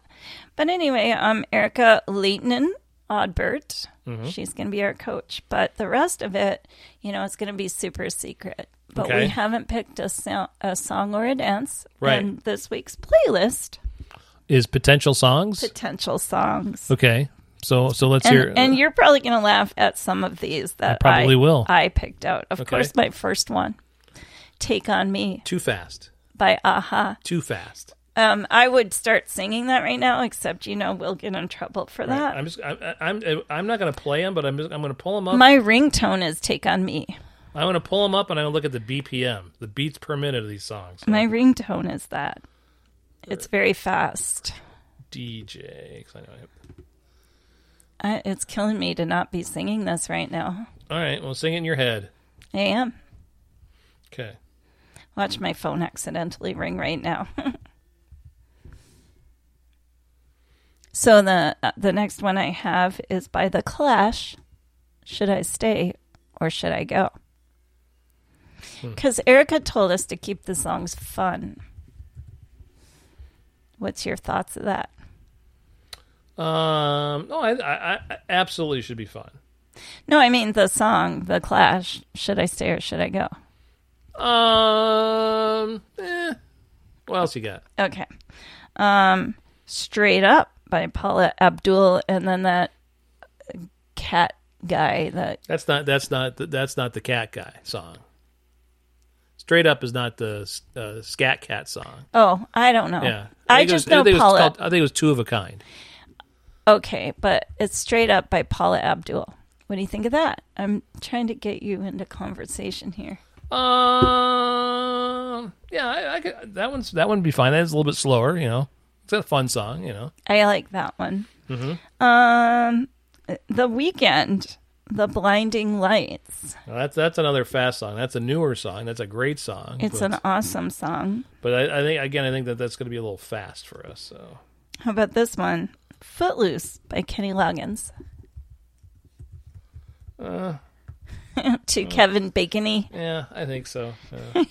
But anyway, um, Erica Leighton Odbert, Mm-hmm. she's gonna be our coach, but the rest of it, you know, it's gonna be super secret. But Okay. we haven't picked a, so- a song or a dance. Right. And this week's playlist Is potential songs? potential songs. okay. So so let's And, hear and you're probably going to laugh at some of these that probably I- will. I picked out. Of Okay. course, my first one, "Take on Me" too fast. by Aha. Too fast. Um, I would start singing that right now, except you know we'll get in trouble for that. I'm just I, I- I'm I'm not going to play them, but I'm just, I'm going to pull them up. my ringtone is "Take on Me." I'm going to pull them up and I'm going to look at the BPM, the beats per minute of these songs. My ringtone is that. It's very fast. DJ. 'cause I know I have- I, it's killing me to not be singing this right now. All right, well, sing it in your head. I am. Okay. Watch my phone accidentally ring right now. [laughs] So the uh, the next one I have is by the Clash. Should I stay or should I go? Because Erica told us to keep the songs fun. What's your thoughts of that? Um, no, I, I, I absolutely should be fun. No, I mean the song, The Clash. Should I stay or should I go? Um, eh. What else you got? Okay. Um, Straight Up by Paula Abdul, and then that cat guy that That's not that's not the, that's not the cat guy song. Straight up is not the uh, scat cat song. oh I don't know Yeah, I, think it just was- know think it was Paula called- I think it was two of a kind. okay but it's Straight Up by Paula Abdul what do you think of that I'm trying to get you into conversation here Um, yeah, I, I could, that one's that one would be fine. That is a little bit slower, you know. It's a fun song, you know. I like that one Mm-hmm. um the weekend the blinding lights Now, that's that's another fast song. That's a newer song. That's a great song. it's but, an awesome song but I, I think again, I think that that's going to be a little fast for us. So how about this one Footloose by Kenny Loggins Uh. [laughs] to Kevin Bacony yeah, I think so. Uh,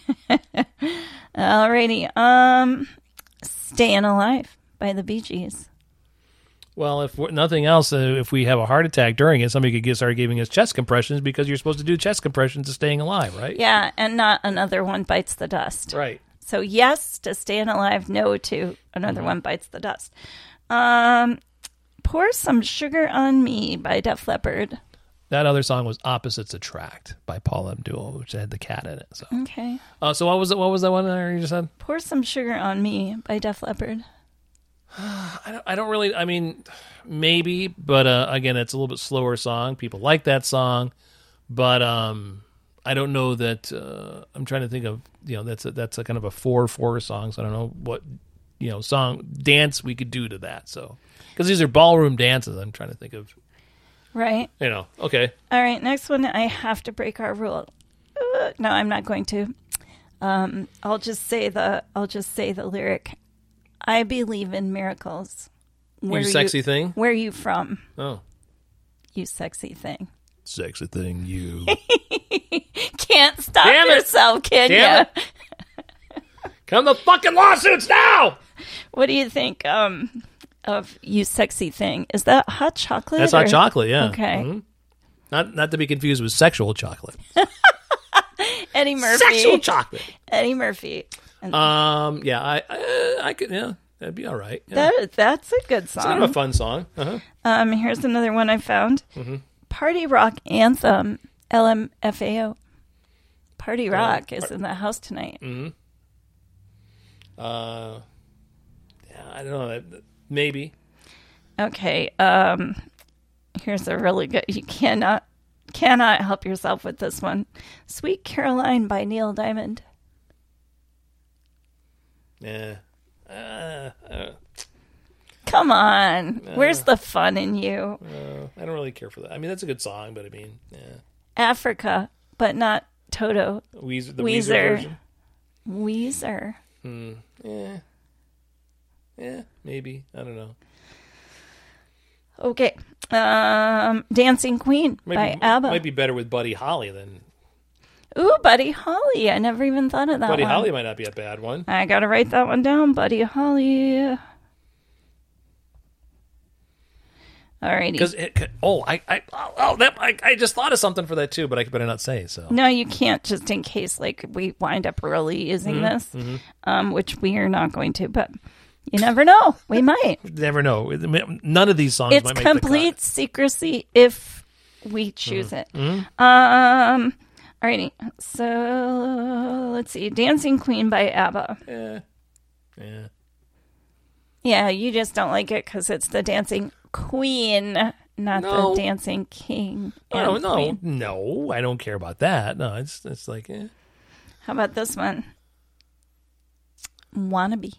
Alrighty. Um, Staying Alive by the Bee Gees. well, if we're, nothing else, uh, if we have a heart attack during it, somebody could get start giving us chest compressions because you're supposed to do chest compressions to staying alive, right? Yeah, and not another one bites the dust. Right. So yes to Staying Alive, no to another one bites the dust. Um, Pour Some Sugar on Me by Def Leppard. That other song was "Opposites Attract" by Paul Abdul, which had the cat in it. So, Okay. uh, so what was it? What was that one that you just said? Pour Some Sugar on Me by Def Leppard. I don't, I don't really. I mean, maybe, but uh, again, it's a little bit slower song. People like that song, but um, I don't know that. Uh, I'm trying to think of you know that's a, that's a kind of a four four song. So I don't know what you know song dance we could do to that. So because these are ballroom dances, I'm trying to think of Right. you know. Okay, All right. Next one, I have to break our rule. Uh, no, I'm not going to. Um, I'll just say the I'll just say the lyric. I believe in miracles. Where sexy thing? Where you from? oh, You sexy thing. sexy thing you. Can't stop Damn it. yourself, can Damn ya? [laughs] Come the fucking lawsuits now. What do you think um, of you sexy thing? Is that hot chocolate? That's not or- chocolate. Yeah. Mm-hmm. Okay. Not not to be confused with sexual chocolate. Eddie Murphy. Sexual chocolate. Eddie Murphy. Um. Yeah. I. I, I could. Yeah. That'd be all right. Yeah. That, that's a good it's kind of song. a fun song. Uh-huh. Um, here's another one I found. Mm-hmm. Party rock anthem. LMFAO. Oh, Party rock is in the house tonight. Mm. Uh. Yeah. I don't know. that- that- Maybe. Okay. Um, here's a really good. You cannot cannot help yourself with this one. Sweet Caroline by Neil Diamond. Yeah. Uh, uh, Come on. Where's the fun in you? I don't really care for that. I mean, that's a good song, but I mean, yeah. Africa, but not Toto. Weezer, the Weezer, Weezer. version. Weezer. Yeah. Yeah. Maybe. I don't know. Okay. Um, Dancing Queen Might by be, ABBA. Might be better with Buddy Holly than Ooh, Buddy Holly. I never even thought of that Buddy one. Holly might not be a bad one. I gotta write that one down, Buddy Holly. Alrighty. Because it, could- oh, I, I, oh, that, I, I just thought of something for that too, but I better not say. So No, you can't just in case like we wind up really using Mm-hmm, this, um, which we are not going to, but you never know. We might. never know. None of these songs. it's might make the cut. Mm-hmm. complete secrecy if we choose it. Um alrighty. So let's see. Dancing Queen by ABBA. Yeah. Yeah. Yeah, you just don't like it because it's the dancing queen, not No. the dancing king. Oh, and no, queen. no, I don't care about that. No, it's it's like eh. How about this one? Wannabe.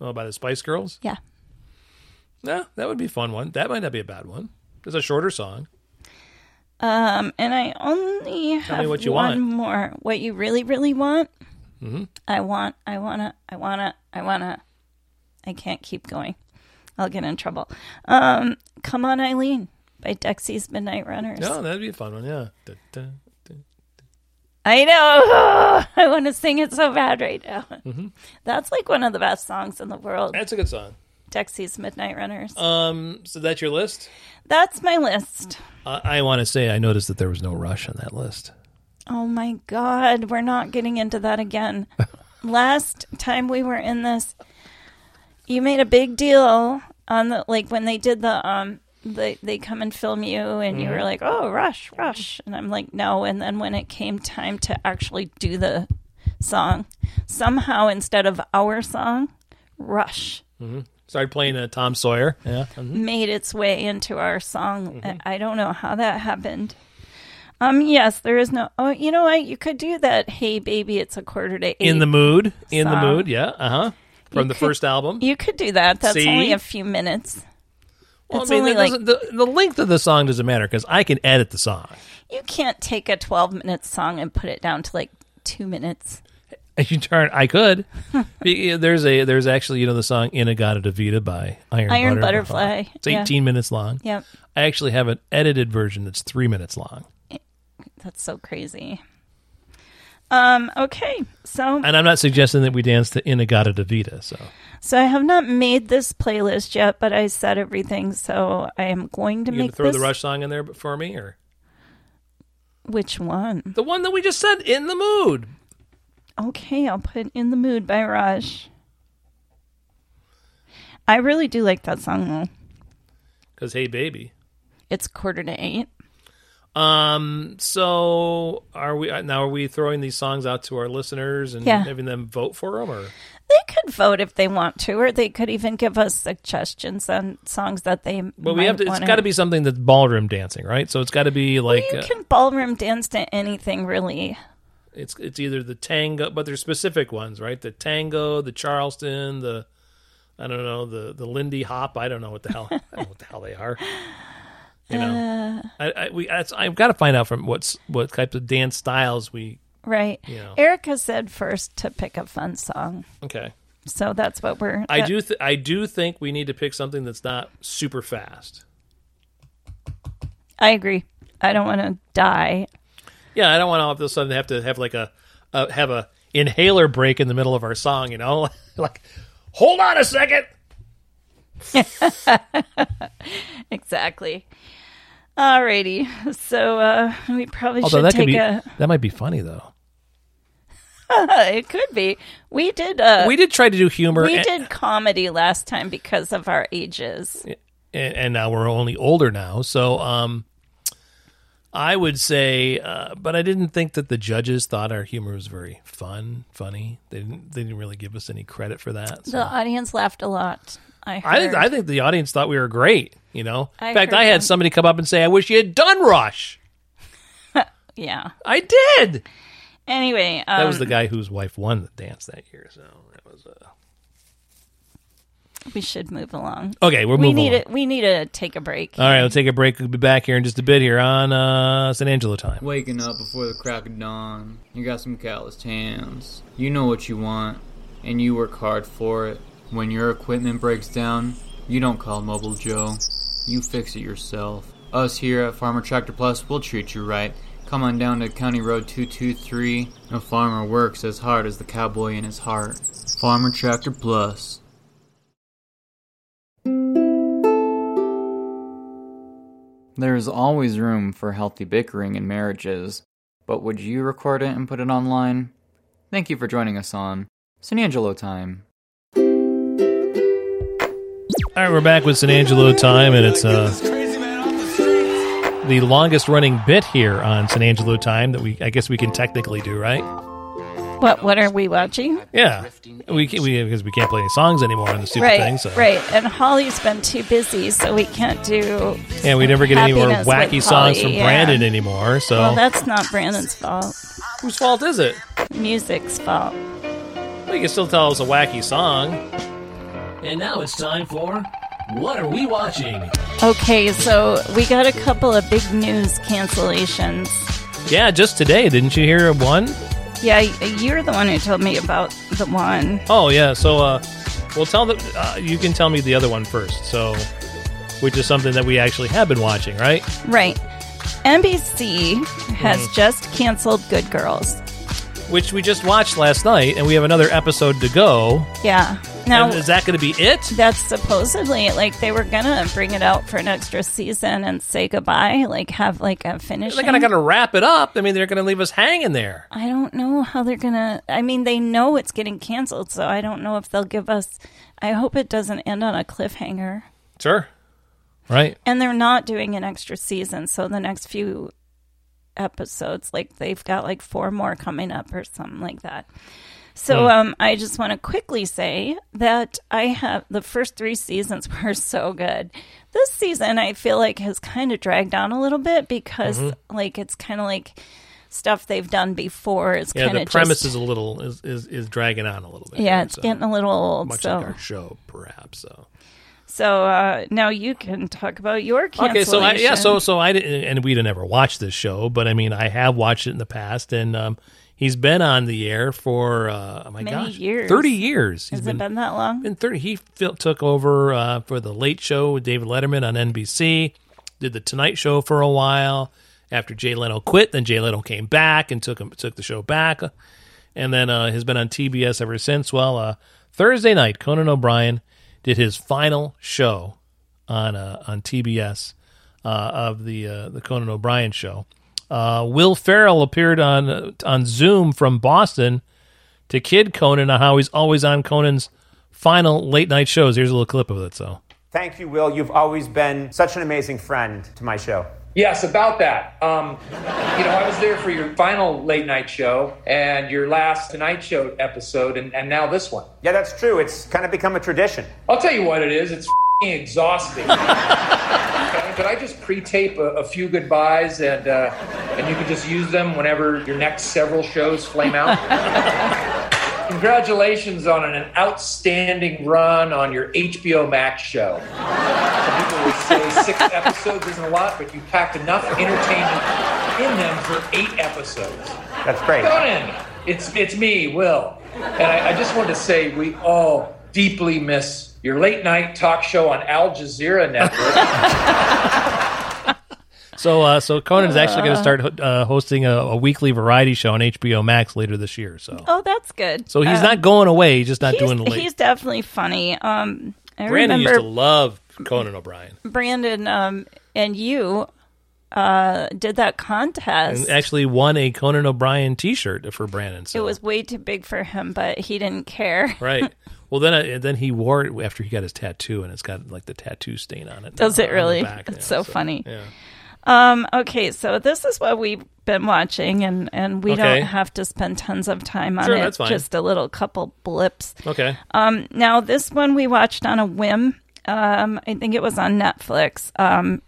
oh, by the Spice Girls. Yeah. No, that would be a fun one. That might not be a bad one. It's a shorter song. Um, and I only have me what you one want. Mm-hmm. more. What you really, really want? I want. I wanna. I wanna. I wanna. I can't keep going. I'll get in trouble. Um, Come on, Eileen by Dexy's Midnight Runners. No, that'd be a fun one. Yeah. Dun, dun, dun. I know. [laughs] I want to sing it so bad right now. That's like one of the best songs in the world. That's a good song. Dexy's Midnight Runners. Um, so that's your list. That's my list. I, I want to say I noticed that there was no rush on that list. Oh my God, we're not getting into that again. Last time we were in this, you made a big deal on the like when they did the um they they come and film you and you were like oh rush rush and I'm like no and then when it came time to actually do the song somehow instead of our song rush Started playing uh, Tom Sawyer. Yeah. made its way into our song. Mm-hmm. I I don't know how that happened. Um, yes, there is no. Oh, you know what? You could do that. Hey, baby, it's a quarter to eight. In the mood. In the Song. mood. Yeah. Uh huh. From the could- first album. you could do that. That's See? only a few minutes. Well, it's I mean, only that like- doesn't- the, the length of the song doesn't matter because I can edit the song. [laughs] You can't take a twelve-minute song and put it down to like two minutes. If you turn, I [laughs] could. Be- there's a there's actually you know the song "Inagata Davida" by Iron, Iron Butterfly, It's yeah. 18 minutes long. Yep, I actually have an edited version that's three minutes long, that's so crazy. Um. Okay. So, and I'm not suggesting that we dance to "Inagata Davida." So so I have not made this playlist yet, but I said everything, so I am going to you make gonna throw this. the Rush song in there for me, or Which one? the one that we just said "In the Mood"? Okay, I'll put "In the Mood" by Rush. I really do like that song though. Because hey, baby. It's quarter to eight. Um. So are we now? Are we throwing these songs out to our listeners and Yeah. having them vote for them, or They could vote if they want to, or they could even give us suggestions on songs that they. Well, we have to. It's want got to be something that's ballroom dancing, right? So it's got to be like You uh, can ballroom dance to anything, really. it's it's either the tango, but there's specific ones, right? The tango, the Charleston, the I don't know, the the Lindy Hop. I don't know what the hell. [laughs] I don't know what the hell they are. You know, Uh. I, I we that's, I've got to find out from what's what type of dance styles we. Right. Yeah. Erica said first to pick a fun song, Okay, so that's what we're. I that- do th- I do think we need to pick something that's not super fast. I agree. I don't want to die. Yeah, I don't want to all of a sudden have to have like a, a have a inhaler break in the middle of our song. You know, [laughs] like hold on a second. Exactly. Alrighty. [laughs] So uh, we probably Although should that could take be a. that might be funny though. [laughs] it could be. We did. Uh, We we did try to do humor, and, did comedy last time because of our ages. and, and now we're only older now. So, um, I would say, uh, but I didn't think that the judges thought our humor was very fun, funny. They didn't. They didn't really give us any credit for that. The So. audience laughed a lot. I I heard. think I think the audience thought we were great. You know, in I fact, heard I had them. somebody come up and say, "I wish you had done Rush." yeah. I did. Anyway, um, That was the guy whose wife won the dance that year. So that was uh... we should move along. okay. We're we moving. Oh, need along. Uh, it. We need to take a break. All right, we'll take a break. We'll be back here in just a bit here on uh, San Angelo time. [laughs] Waking up before the crack of dawn, you got some calloused hands. You know what you want, and you work hard for it. When your equipment breaks down, you don't call Mobile Joe, you fix it yourself. Us here at Farmer Tractor Plus will treat you right. Come on down to County Road 223. A farmer works as hard as the cowboy in his heart. Farmer Tractor Plus. There is always room for healthy bickering in marriages, but would you record it and put it online? Thank you for joining us on San Angelo Time. All right, we're back with San Angelo time, and it's uh, the longest running bit here on San Angelo time that we I guess we can technically do, right? What What are we watching? Yeah, we can, we because we can't play any songs anymore on the stupid right. thing. So Right. And Holly's been too busy, so we can't do. yeah, we never get any more Happiness wacky with songs Polly, from yeah. Brandon anymore. So Well, that's not Brandon's fault. whose fault is it? Music's fault. Well, you can still tell it's a wacky song. And now it's time for What Are We Watching? Okay, so we got a couple of big news cancellations. Yeah, just today, didn't you hear one? Yeah, y- you're the one who told me about the one. Oh yeah, so uh Well, tell the uh, you can tell me the other one first. So, which is something that we actually have been watching, right? Right. NBC has just canceled Good Girls. Which we just watched last night, and we have another episode to go. Yeah. Now And is that going to be it? that's supposedly like they were gonna bring it out for an extra season and say goodbye, like have like a finish. They're kind of going to wrap it up. I mean, they're going to leave us hanging there. I don't know how they're gonna. I mean, they know it's getting canceled, so I don't know if they'll give us. I hope it doesn't end on a cliffhanger. Sure. Right. And they're not doing an extra season, so the next few episodes, like they've got like four more coming up or something like that. So Hmm. um, I just want to quickly say that I have the first three seasons [laughs] were so good. This season I feel like has kind of dragged on a little bit because Mm-hmm. like it's kind of like stuff they've done before. It's Yeah. kind The of premise just, is a little is, is is dragging on a little bit. yeah, here, it's so. getting a little old. much so like our show, perhaps. So. so uh, now you can talk about your cancellation. Okay, so I, yeah, so so I didn't, and we didn't ever watch this show, but I mean, I have watched it in the past, and um, he's been on the air for uh, oh my Many gosh, years. thirty years. He's has it been been that long? been thirty. He fil- took over uh, for the Late Show with David Letterman on NBC. Did the Tonight Show for a while. After Jay Leno quit, then Jay Leno came back and took him took the show back, and then uh, has been on TBS ever since. Well, uh, Thursday night, Conan O'Brien did his final show on uh, on TBS uh, of the uh, the Conan O'Brien show. Uh, Will Farrell appeared on uh, on Zoom from Boston to kid Conan on how he's always on Conan's final late night shows. Here's a little clip of it. So Thank you, Will. You've always been such an amazing friend to my show. Yes, about that. Um, you know, I was there for your final late night show and your last Tonight Show episode, and, and now this one. Yeah, that's true. It's kind of become a tradition. I'll tell you what it is. It's f***ing exhausting. okay, but I just pre-tape a, a few goodbyes, and uh, and you can just use them whenever your next several shows flame out. Congratulations on an outstanding run on your HBO Max show. Some people would say six episodes isn't a lot, but you packed enough entertainment in them for eight episodes. That's great. Conan, it's it's me, Will, and I, I just wanted to say we all deeply miss your late night talk show on Al Jazeera Network. so uh, so Conan's actually going to start uh, hosting a, a weekly variety show on HBO Max later this year. So Oh, that's good. so he's Uh, not going away. He's just not he's, doing the late. he's definitely funny. Um, I Brandon used to remember love Conan O'Brien. Brandon um, and you uh, did that contest. and actually won a Conan O'Brien T-shirt for Brandon. So. it was way too big for him, but he didn't care. [laughs] [laughs] right. Well, then I, then he wore it after he got his tattoo, and it's got like the tattoo stain on it. Does now, it on the really? back, it's yeah, so, funny. yeah. Um, okay, so this is what we've been watching, and, and we Okay. don't have to spend tons of time on Sure, it. that's fine. Just a little couple blips. Okay. Um, now this one we watched on a whim. Um, I think it was on Netflix. Um,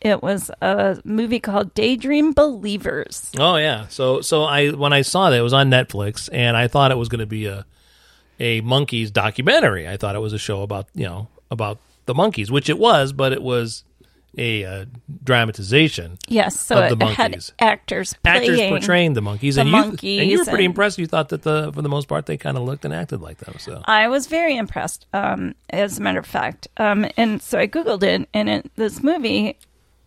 it was a movie called Daydream Believers. Oh yeah. So so I when I saw that it was on Netflix, and I thought it was going to be a a monkeys documentary. I thought it was a show about you know about the monkeys, which it was, but it was a uh, dramatization. Yes, so Of the it had monkeys. actors playing. Actors portraying the monkeys, the and you and you were monkeys pretty and- impressed. You thought that the for the most part they kind of looked and acted like them. So I was very impressed. Um, as a matter of fact, um, and so I googled it, and it, this movie,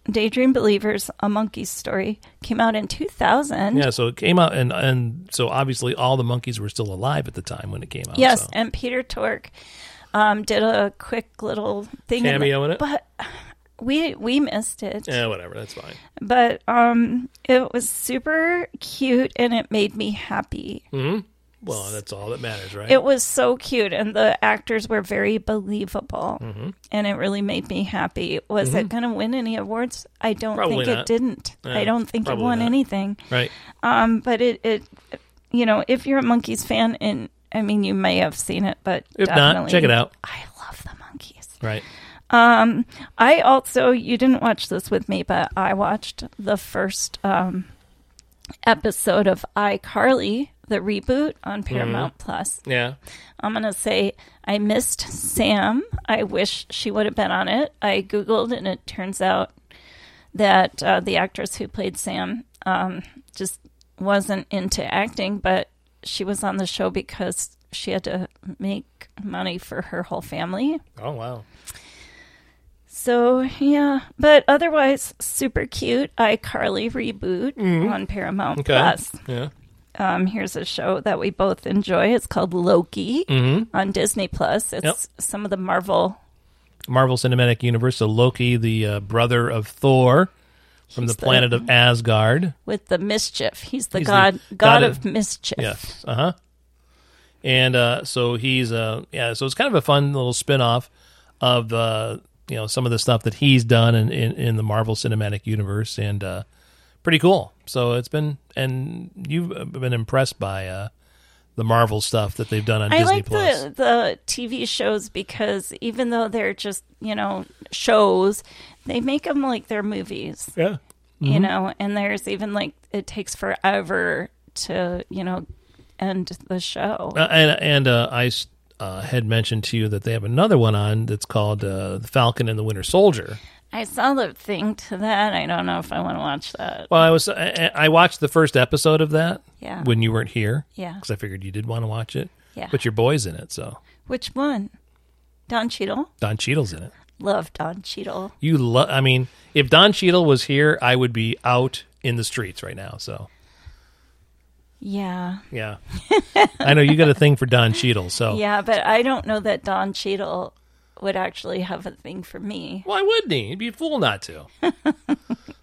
Daydream Believers: A Monkey's Story, came out in 2000. Yeah, so it came out, and and so obviously all the monkeys were still alive at the time when it came out. Yes, so. and Peter Tork um, did a quick little thing the- Cameo in it? but we we missed it. yeah, whatever, that's fine. but um it was super cute and it made me happy Mm-hmm. Well, that's all that matters, right? it was so cute and the actors were very believable Mm-hmm. and it really made me happy was it going to win any awards i don't Probably think not. it didn't i don't think it probably won not. anything right. um but it it you know if you're a monkeys fan and i mean you may have seen it but If definitely, not, check it out. i love the monkeys Right. I also you didn't watch this with me, but I watched the first um, episode of iCarly, the reboot on Paramount Plus. Yeah. I'm gonna say I missed Sam. I wish she would have been on it. I googled and it turns out that uh, the actress who played Sam um, just wasn't into acting, but she was on the show because she had to make money for her whole family. Oh wow. So yeah, but otherwise, super cute iCarly reboot on Paramount Mm-hmm. Okay. Plus. Yeah. Um, here's a show that we both enjoy. It's called Loki Mm-hmm. on Disney Plus. It's some of the Marvel. Marvel Cinematic Universe. So Loki, the uh, brother of Thor, from He's the planet of Asgard. with the mischief. He's the He's the god, god, god of, of- mischief. Yes. Uh huh. And uh, so he's uh yeah. So it's kind of a fun little spin off of uh you know some of the stuff that he's done in in, in the Marvel Cinematic Universe and uh, pretty cool. So it's been and you've been impressed by uh the Marvel stuff that they've done on I Disney like Plus. the the TV shows because even though they're just you know shows, they make them like they're movies. yeah. You Mm-hmm. know, and there's even like it takes forever to you know end the show. Uh, and and uh, I s- uh, had mentioned to you that they have another one on that's called uh, The Falcon and the Winter Soldier. I saw the thing to that. I don't know if I want to watch that. Well, I was I, I watched the first episode of that Yeah. when you weren't here. Yeah. because I figured you did want to watch it. Yeah. but your boy's in it, so Which one? Don Cheadle. Don Cheadle's in it. Love Don Cheadle. You love. I mean, if Don Cheadle was here, I would be out in the streets right now. So Yeah. yeah, [laughs] I know you got a thing for Don Cheadle. So Yeah, but I don't know that Don Cheadle would actually have a thing for me. Why wouldn't he? He'd be a fool not [laughs] to.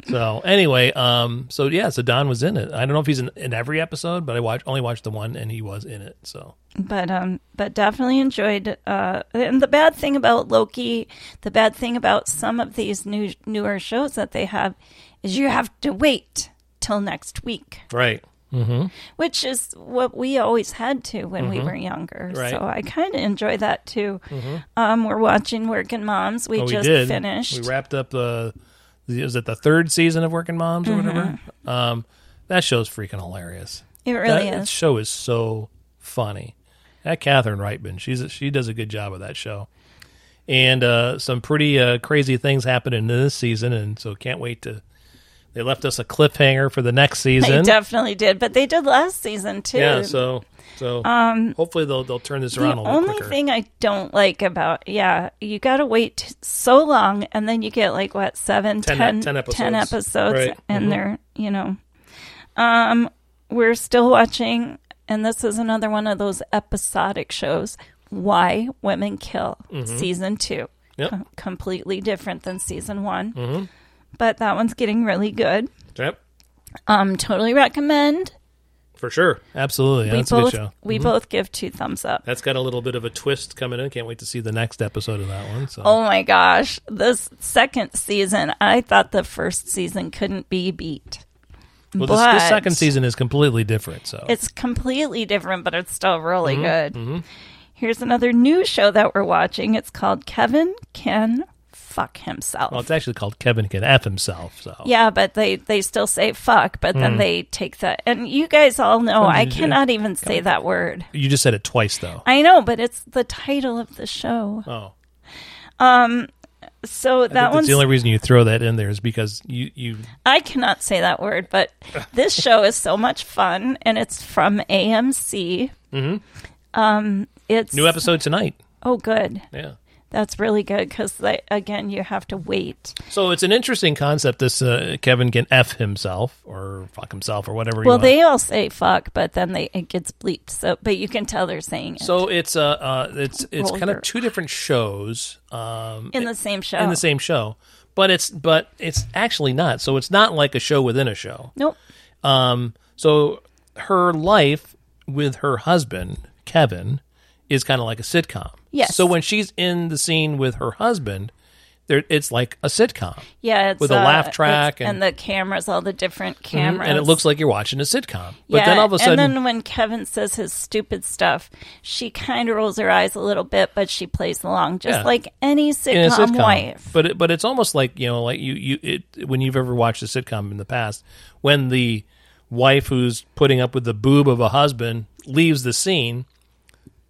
so anyway, um, so yeah, so Don was in it. I don't know if he's in, in every episode, but I watch only watched the one, and he was in it. So But um but definitely enjoyed uh and the bad thing about Loki, the bad thing about some of these new newer shows that they have is you have to wait till next week, right, which is what we always had to when we were younger. Mm-hmm. Right. So I kind of enjoy that too. Um we're watching Working Moms. We Well, Oh, we just did. finished. We wrapped up the. the- Was it the third season of Working Moms or whatever? Mm-hmm. Um, that show's freaking hilarious. it really that is. show is so funny. That Catherine Reitman, she's she does a good job of that show, and uh, some pretty uh, crazy things happened in this season, and so can't wait to. They left us a cliffhanger for the next [laughs] They season. definitely did, but they did last season too. yeah, so so um, hopefully they'll they'll turn this around a the little only quicker. thing I don't like about yeah, you got to wait t- so long, and then you get like what seven, Ten- e- ten, ten episodes. 10 episodes, Right. Mm-hmm. and they're you know, um, we're still watching, and this is another one of those episodic shows. Why Women Kill Mm-hmm. season two, Yep. Com- completely different than season one, Mm-hmm. but that one's getting really good. yep, Um, totally recommend. for sure, absolutely. That's we a both good show. Mm-hmm. we both give two thumbs up. That's got a little bit of a twist coming in. Can't wait to see the next episode of that one. So Oh my gosh. This second season, I thought the first season couldn't be beat. well, this, this but- second season is completely different. So It's completely different, but it's still really Mm-hmm, good. Here's another new show that we're watching. It's called Kevin Can Fuck Himself. well, it's actually called Kevin Can F himself. So yeah, but they, they still say fuck, but Mm. then they take that. And you guys all know I did you- cannot even say that word. You just said it twice, though. I know, but it's the title of the show. Oh, So I that think that's one's the only reason you throw that in there is because you you I cannot say that word, but this show is so much fun, and it's from AMC. Mm-hmm. Um, it's new episode tonight. oh, good. Yeah. That's really good because again, you have to wait. So it's an interesting concept. This uh, Kevin can f himself or fuck himself or whatever. you Well, want. they all say fuck, but then they it gets bleeped. So, but you can tell they're saying it So it's uh, uh it's it's Roll kind of your- two different shows. Um, in the same show. in the same show, but it's but it's actually not. So it's not like a show within a show. Nope. Um, so her life with her husband Kevin is kind of like a sitcom. Yes. So when she's in the scene with her husband, there it's like a sitcom. Yeah, it's, With a uh, laugh it's- track and, and- Mm-hmm. the cameras, all the different cameras, And it looks like you're watching a sitcom. But then all of a sudden, and then when Kevin says his stupid stuff, she kind of rolls her eyes a little bit, but she plays along just Yeah. like any in a sitcom, sitcom. wife. But it, but it's almost like you know, like you you it when you've ever watched a sitcom in the past, when the wife who's putting up with the boob of a husband leaves the scene,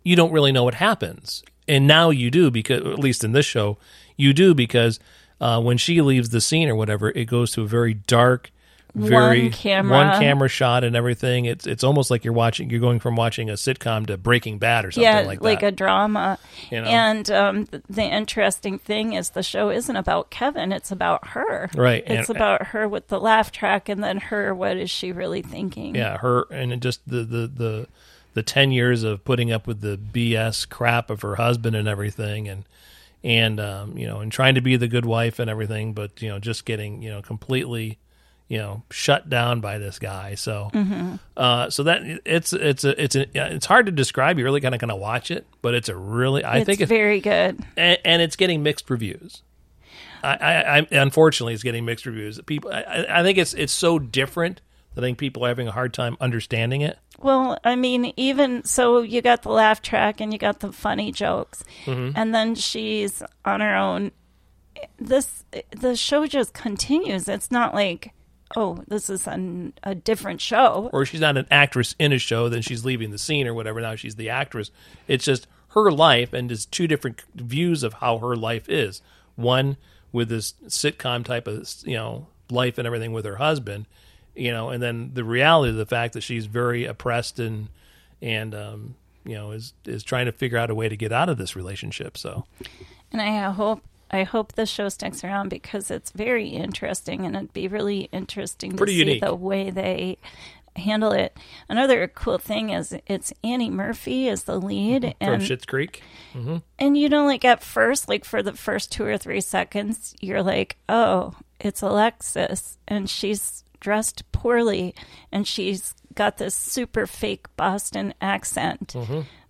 you don't really know what happens, and now you do because at least in this show, you do because uh, when she leaves the scene or whatever, it goes to a very dark. very One camera. one camera shot and everything. It's it's almost like you're watching you're going from watching a sitcom to Breaking Bad or something yeah, like like, that. a drama. You know? And um, th- the interesting thing is the show isn't about Kevin; it's about her. Right, It's and- about her with the laugh track, and then her. What is she really thinking? yeah, her and it just the the the the ten years of putting up with the BS crap of her husband and everything, and and um, you know, and trying to be the good wife and everything, but you know, just getting you know completely you know shut down by this guy. So uh, so that it's it's a, it's a, it's hard to describe. You really kind of kind of watch it, but it's a really I it's think it's very good. and, and it's getting mixed reviews. I, I, I unfortunately it's getting mixed reviews. People, I- I, I think it's it's so different that I think people are having a hard time understanding it. Well, I mean, even so, you got the laugh track and you got the funny jokes, Mm-hmm. and then she's on her own. This the show just continues. It's not like, oh, this is an, a different show. Or she's not an actress in a show, then she's leaving the scene or whatever. Now she's the actress. It's just her life and just two different views of how her life is. One with this sitcom type of you know life and everything with her husband, you know, and then the reality of the fact that she's very oppressed and and um, you know is is trying to figure out a way to get out of this relationship. So. And I hope I hope the show sticks around because it's very interesting, and it'd be really interesting to Pretty see unique. the way they handle it. Another cool thing is it's Annie Murphy is the lead, from and Schitt's Creek. and you know, like at first, like for the first two or three seconds, you're like, oh, it's Alexis, and she's dressed poorly, and she's got this super fake Boston accent.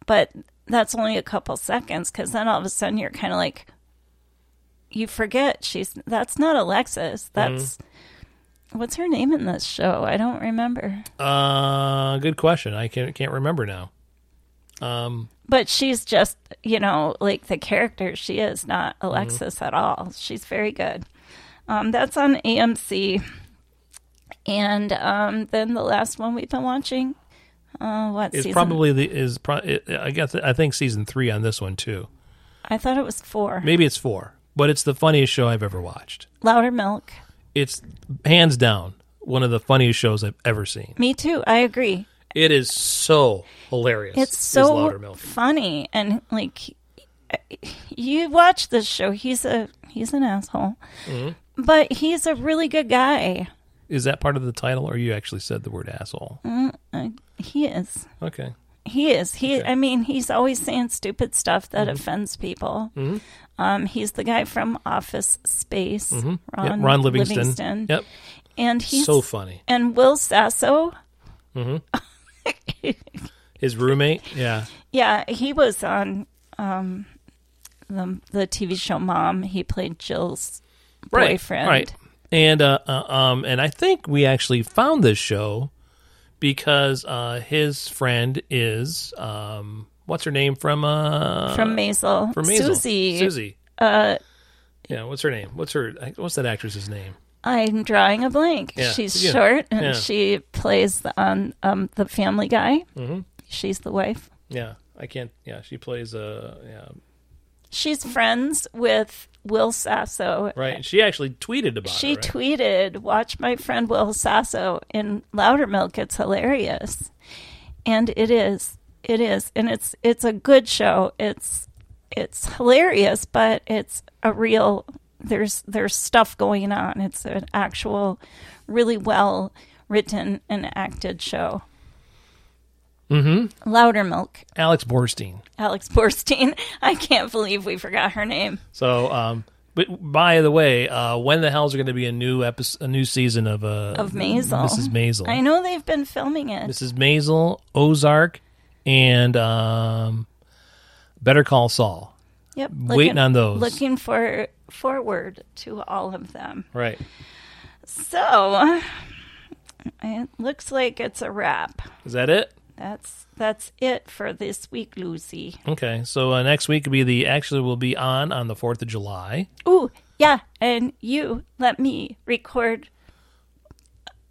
But that's only a couple seconds because then all of a sudden you're kind of like, you forget she's that's not Alexis. That's what's her name in this show? I don't remember. Uh, good question. I can't can't remember now. Um, but she's just you know like the character she is not alexis at all she's very good um, that's on amc and um, then the last one we've been watching uh, what it's season probably the is pro- I guess I think season three on this one too. i thought it was four Maybe it's four, but it's the funniest show I've ever watched. louder milk It's hands down one of the funniest shows I've ever seen. me too i agree It is so hilarious. it's is so Loudermilk. funny and like you watch this show he's a he's an asshole Mm-hmm. but he's a really good guy Is that part of the title, or you actually said the word asshole? Uh, he is Okay. He is. He. Okay. Mm-hmm. I mean, he's always saying stupid stuff that offends people. Um, he's the guy from Office Space, Ron, Mm-hmm. Yeah, Ron Livingston. Yep. And he's so funny. And Will Sasso. His roommate. Yeah. Yeah, he was on um, the the TV show Mom. He played Jill's boyfriend. Right. And uh, uh, um, and I think we actually found this show because uh, his friend is um, what's her name from uh from Maisel. from Maisel. Susie. Susie. Uh, yeah. What's her name? What's her? What's that actress's name? I'm drawing a blank. Yeah, She's yeah, short, and yeah. she plays on um, the Family Guy. Mm-hmm. She's the wife. Yeah, I can't. Yeah, she plays. Uh, yeah, She's friends with Will Sasso. right. And she actually tweeted about She it. right? tweeted, "Watch my friend Will Sasso in Loudermilk. It's hilarious." And it is. It is. And it's it's a good show. It's it's hilarious, but it's a real there's there's stuff going on. It's an actual really well written and acted show. Mm-hmm. Mhm. Loudermilk. Alex Borstein. Alex Borstein. [laughs] I can't believe we forgot her name. So, um, but by the way, uh, when the hell's going to be a new episode, a new season of uh of Maisel. Mrs. Maisel? I know they've been filming it. Mrs. Maisel, Ozark, and um, Better Call Saul. Yep. waiting on those. Looking for forward to all of them. Right. So it looks like it's a wrap. Is that it? That's that's it for this week, Lucy. Okay. So uh, next week will be the actually will be on on the Fourth of July. Ooh, yeah, and you let me record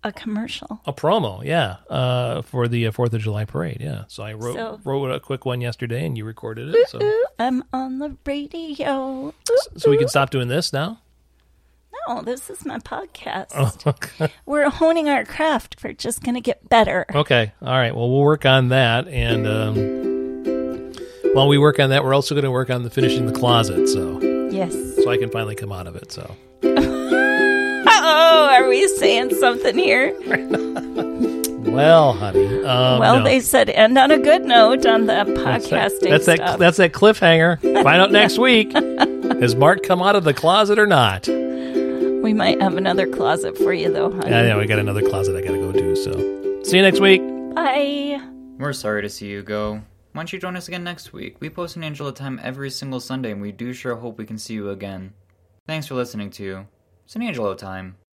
a commercial. A promo, yeah, uh, for the Fourth of July parade. Yeah. So I wrote So- wrote a quick one yesterday, and you recorded it. So [laughs] Ooh, I'm on the radio. Ooh, [laughs] so we can stop doing this now. [laughs] no, No, this is my podcast. Oh. okay. We're honing our craft. We're just going to get better. Okay. All right. Well, we'll work on that. And um, while we work on that, we're also going to work on the finishing the closet. So, Yes. so I can finally come out of it. So, [laughs] Oh, are we saying something here? well, honey. Um, well, no. they said end on a good note on the That's that- podcasting That's that. stuff. That's that cliffhanger. Find out next [laughs] week. Has Mart come out of the closet or not? Yeah, we might have another closet for you, though, honey. yeah. We got another closet I got to go to. So, see you next week. Bye. We're sorry to see you go. Why don't you join us again next week? We post an Angela time every single Sunday, and we do sure hope we can see you again. Thanks for listening to It's an Angelo time.